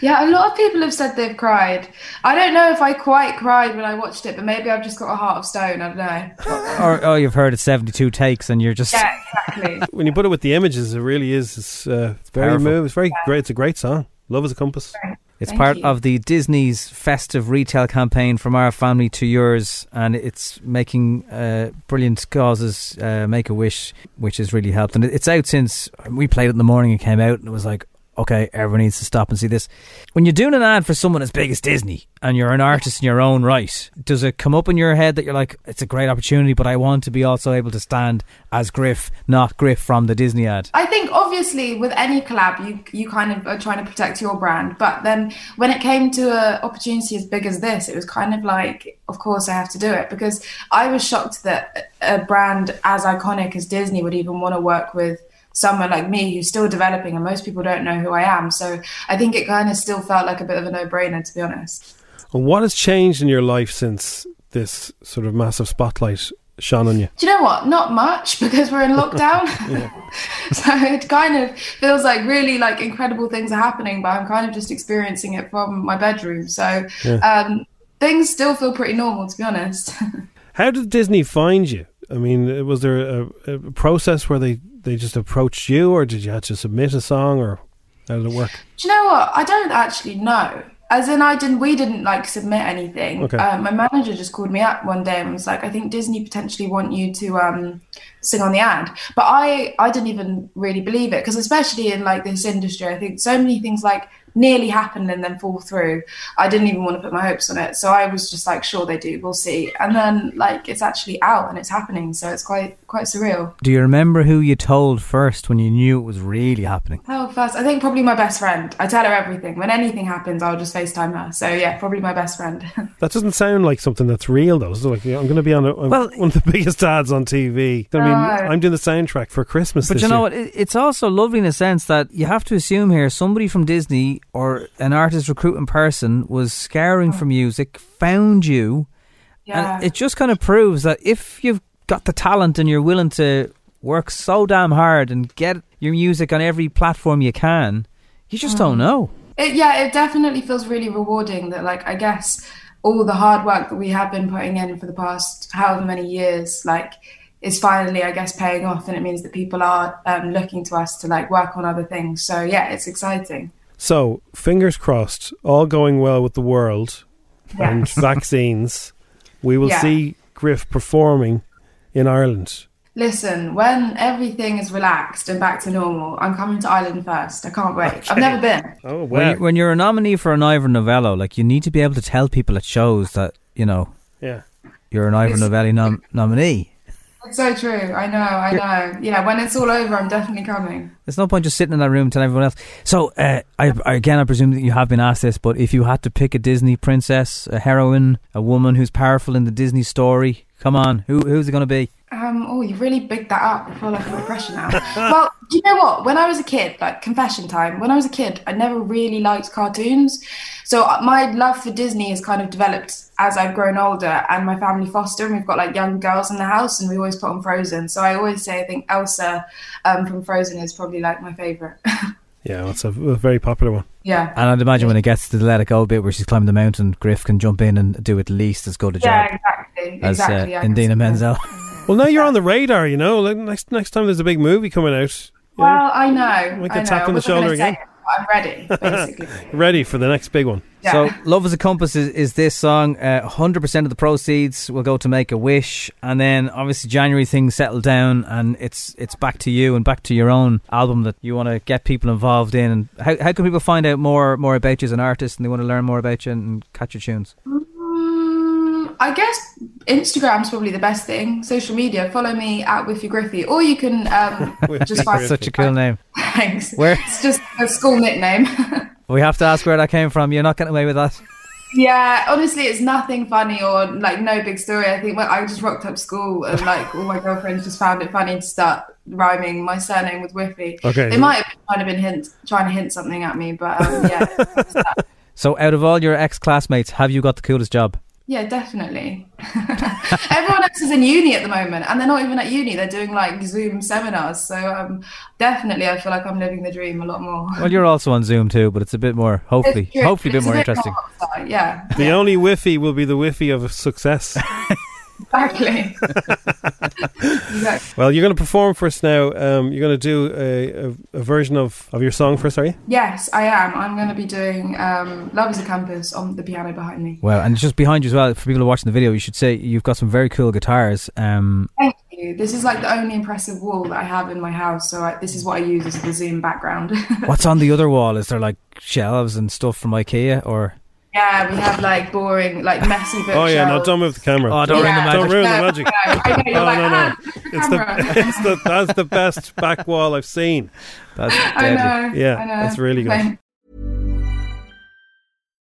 Speaker 29: Yeah, a lot of people have said they've cried. I don't know if I quite cried when I watched it, but maybe I've just got a heart of stone. I don't know.
Speaker 3: or, or you've heard it 72 takes and you're just.
Speaker 29: yeah, exactly.
Speaker 2: When you put it with the images, it really is. It's, uh, it's very
Speaker 3: Powerful.
Speaker 2: moving. It's very great. It's a great song. Love is a compass.
Speaker 3: It's
Speaker 29: Thank
Speaker 3: part
Speaker 29: you.
Speaker 3: of the Disney's festive retail campaign from our family to yours, and it's making uh, brilliant causes uh, make a wish, which has really helped. And it- it's out since we played it in the morning. It came out, and it was like, okay, everyone needs to stop and see this. When you're doing an ad for someone as big as Disney, and you're an artist in your own right, does it come up in your head that you're like, it's a great opportunity, but I want to be also able to stand as Griff, not Griff from the Disney ad?
Speaker 29: I think obviously with any collab, you you kind of are trying to protect your brand. But then when it came to an opportunity as big as this, it was kind of like, of course I have to do it because I was shocked that a brand as iconic as Disney would even want to work with someone like me who's still developing and most people don't know who I am. So I think it kind of still felt like a bit of a no brainer to be honest.
Speaker 2: And what has changed in your life since this sort of massive spotlight shone on you?
Speaker 29: Do you know what? Not much because we're in lockdown. so it kind of feels like really like incredible things are happening, but I'm kind of just experiencing it from my bedroom. So
Speaker 2: Yeah.
Speaker 29: um, things still feel pretty normal, to be honest.
Speaker 2: How did Disney find you? I mean, uh, was there a, a process where they, they just approached you, or did you have to submit a song, or how did it work?
Speaker 29: Do you know what? I don't actually know. As in, I didn't. We didn't like submit anything.
Speaker 2: Okay.
Speaker 29: Uh, my manager just called me up one day and was like, "I think Disney potentially want you to um, sing on the ad." But I, I didn't even really believe it because, especially in like this industry, I think so many things like nearly happen and then fall through. I didn't even want to put my hopes on it, so I was just like, "Sure, they do. We'll see." And then like it's actually out and it's happening, so it's quite quite surreal.
Speaker 3: Do you remember who you told first when you knew it was really happening?
Speaker 29: Oh, first, I think probably my best friend. I tell her everything. When anything happens, I'll just FaceTime her. So, yeah, probably my best friend.
Speaker 2: That doesn't sound like something that's real, though. It's like I'm going to be on a, one of the biggest ads on TV. I mean,
Speaker 29: No.
Speaker 2: I'm doing the soundtrack for Christmas.
Speaker 3: But
Speaker 2: this
Speaker 3: you know what?
Speaker 2: year.
Speaker 3: It- It's also lovely in a sense that you have to assume here somebody from Disney or an artist recruiting person was scouring for music, found you,
Speaker 29: Yeah.
Speaker 3: and it just kind of proves that if you've got the talent and you're willing to work so damn hard and get your music on every platform you can, you just don't know.
Speaker 29: It, yeah, it definitely feels really rewarding that, like, I guess all the hard work that we have been putting in for the past however many years, like, is finally, I guess, paying off. And it means that people are um, looking to us to, like, work on other things. So, yeah, it's exciting.
Speaker 2: So fingers crossed, all going well with the world and vaccines. We will
Speaker 29: Yeah.
Speaker 2: see Griff performing in Ireland.
Speaker 29: Listen, when everything is relaxed and back to normal, I'm coming to Ireland first. I can't wait. I've never been.
Speaker 2: Oh,
Speaker 3: When, you- when you're a nominee for an Ivor Novello, like you need to be able to tell people at shows that you know
Speaker 2: Yeah.
Speaker 3: you're an Ivor
Speaker 29: It's-
Speaker 3: Novelli nom- nominee.
Speaker 29: It's so true. I know. I know. Yeah. When it's all over, I'm definitely coming.
Speaker 3: There's no point just sitting in that room telling everyone else. So, uh, I, I- again, I presume that you have been asked this, but if you had to pick a Disney princess, a heroine, a woman who's powerful in the Disney story, come on, who who's it going to be?
Speaker 29: Um, oh, you really bigged that up. I feel like under pressure now. well, do you know what? When I was a kid, like confession time, when I was a kid, I never really liked cartoons. So uh, my love for Disney has kind of developed as I've grown older and my family foster, and we've got like young girls in the house, and we always put on Frozen. So I always say I think Elsa um, from Frozen is probably like my favorite.
Speaker 2: Yeah, well, it's a, a very popular one.
Speaker 29: yeah.
Speaker 3: And I'd imagine when it gets to the Let It Go bit where she's climbing the mountain, Griff can jump in and do at least as good a
Speaker 29: Yeah,
Speaker 3: job
Speaker 29: exactly.
Speaker 3: as
Speaker 29: exactly.
Speaker 3: uh,
Speaker 29: I can
Speaker 3: Indina Menzel.
Speaker 2: Well, now you're on the radar. You know, like next next time there's a big movie coming out, you know,
Speaker 29: Well, I know.
Speaker 2: We get
Speaker 29: I know.
Speaker 2: tapped
Speaker 29: I
Speaker 2: on the
Speaker 29: wasn't gonna
Speaker 2: shoulder
Speaker 29: say
Speaker 2: again.
Speaker 29: it, but I'm ready, basically.
Speaker 2: ready for the next big one.
Speaker 29: Yeah.
Speaker 3: So, Love is a Compass is, is this song. Uh, 100% of the proceeds will go to Make a Wish. And then, obviously, January things settle down and it's it's back to you and back to your own album that you want to get people involved in. And how, how can people find out more more about you as an artist and they want to learn more about you and, catch your tunes?
Speaker 29: Mm, I guess Instagram's probably the best thing. Social media. Follow me at Whiffy Griffy, or you can um, just find
Speaker 3: That's such a cool name.
Speaker 29: Thanks.
Speaker 3: Where-
Speaker 29: It's just a school nickname.
Speaker 3: We have to ask where that came from. You're not getting away with that.
Speaker 29: yeah, honestly, it's nothing funny or like no big story. I think well, I just rocked up school and like all my girlfriends just found it funny to start rhyming my surname with Whiffy.
Speaker 3: Okay.
Speaker 29: They might have been trying to, been hint, trying to hint something at me, but um, yeah,
Speaker 3: So, out of all your ex classmates, have you got the coolest job?
Speaker 29: Yeah, definitely. Everyone else is in uni at the moment, and they're not even at uni. They're doing like Zoom seminars. So um, definitely, I feel like I'm living the dream a lot more.
Speaker 3: Well, you're also on Zoom too, but it's a bit more, hopefully,
Speaker 29: It's true.
Speaker 3: hopefully, a bit
Speaker 29: It's
Speaker 3: more interesting.
Speaker 29: hot outside, Yeah,
Speaker 2: The only whiffy will be the whiffy of success.
Speaker 29: exactly. exactly.
Speaker 2: well, you're going to perform for us now. Um, you're going to do a, a, a version of, of your song for us, are you?
Speaker 29: Yes, I am. I'm going to be doing um, "Love Is a Campus" on the piano behind me.
Speaker 3: Wow, and just behind you as well, for people who are watching the video, you should say you've got some very cool guitars. Um,
Speaker 29: Thank you. This is like the only impressive wall that I have in my house. So I, this is what I use as the Zoom background.
Speaker 3: what's on the other wall? Is there like shelves and stuff from IKEA or?
Speaker 29: yeah, we have like boring, like messy bookshelves.
Speaker 2: Oh, yeah, no, don't move the camera.
Speaker 3: Oh, don't ruin the magic.
Speaker 2: Don't ruin the
Speaker 29: No, no,
Speaker 2: magic.
Speaker 29: I know, you're
Speaker 2: Oh,
Speaker 29: like,
Speaker 2: no,
Speaker 29: "Ah,
Speaker 2: no. It's the, it's the, that's the best back wall I've seen.
Speaker 3: That's
Speaker 29: I know.
Speaker 2: Yeah,
Speaker 29: I know.
Speaker 2: that's really good.
Speaker 29: Thank-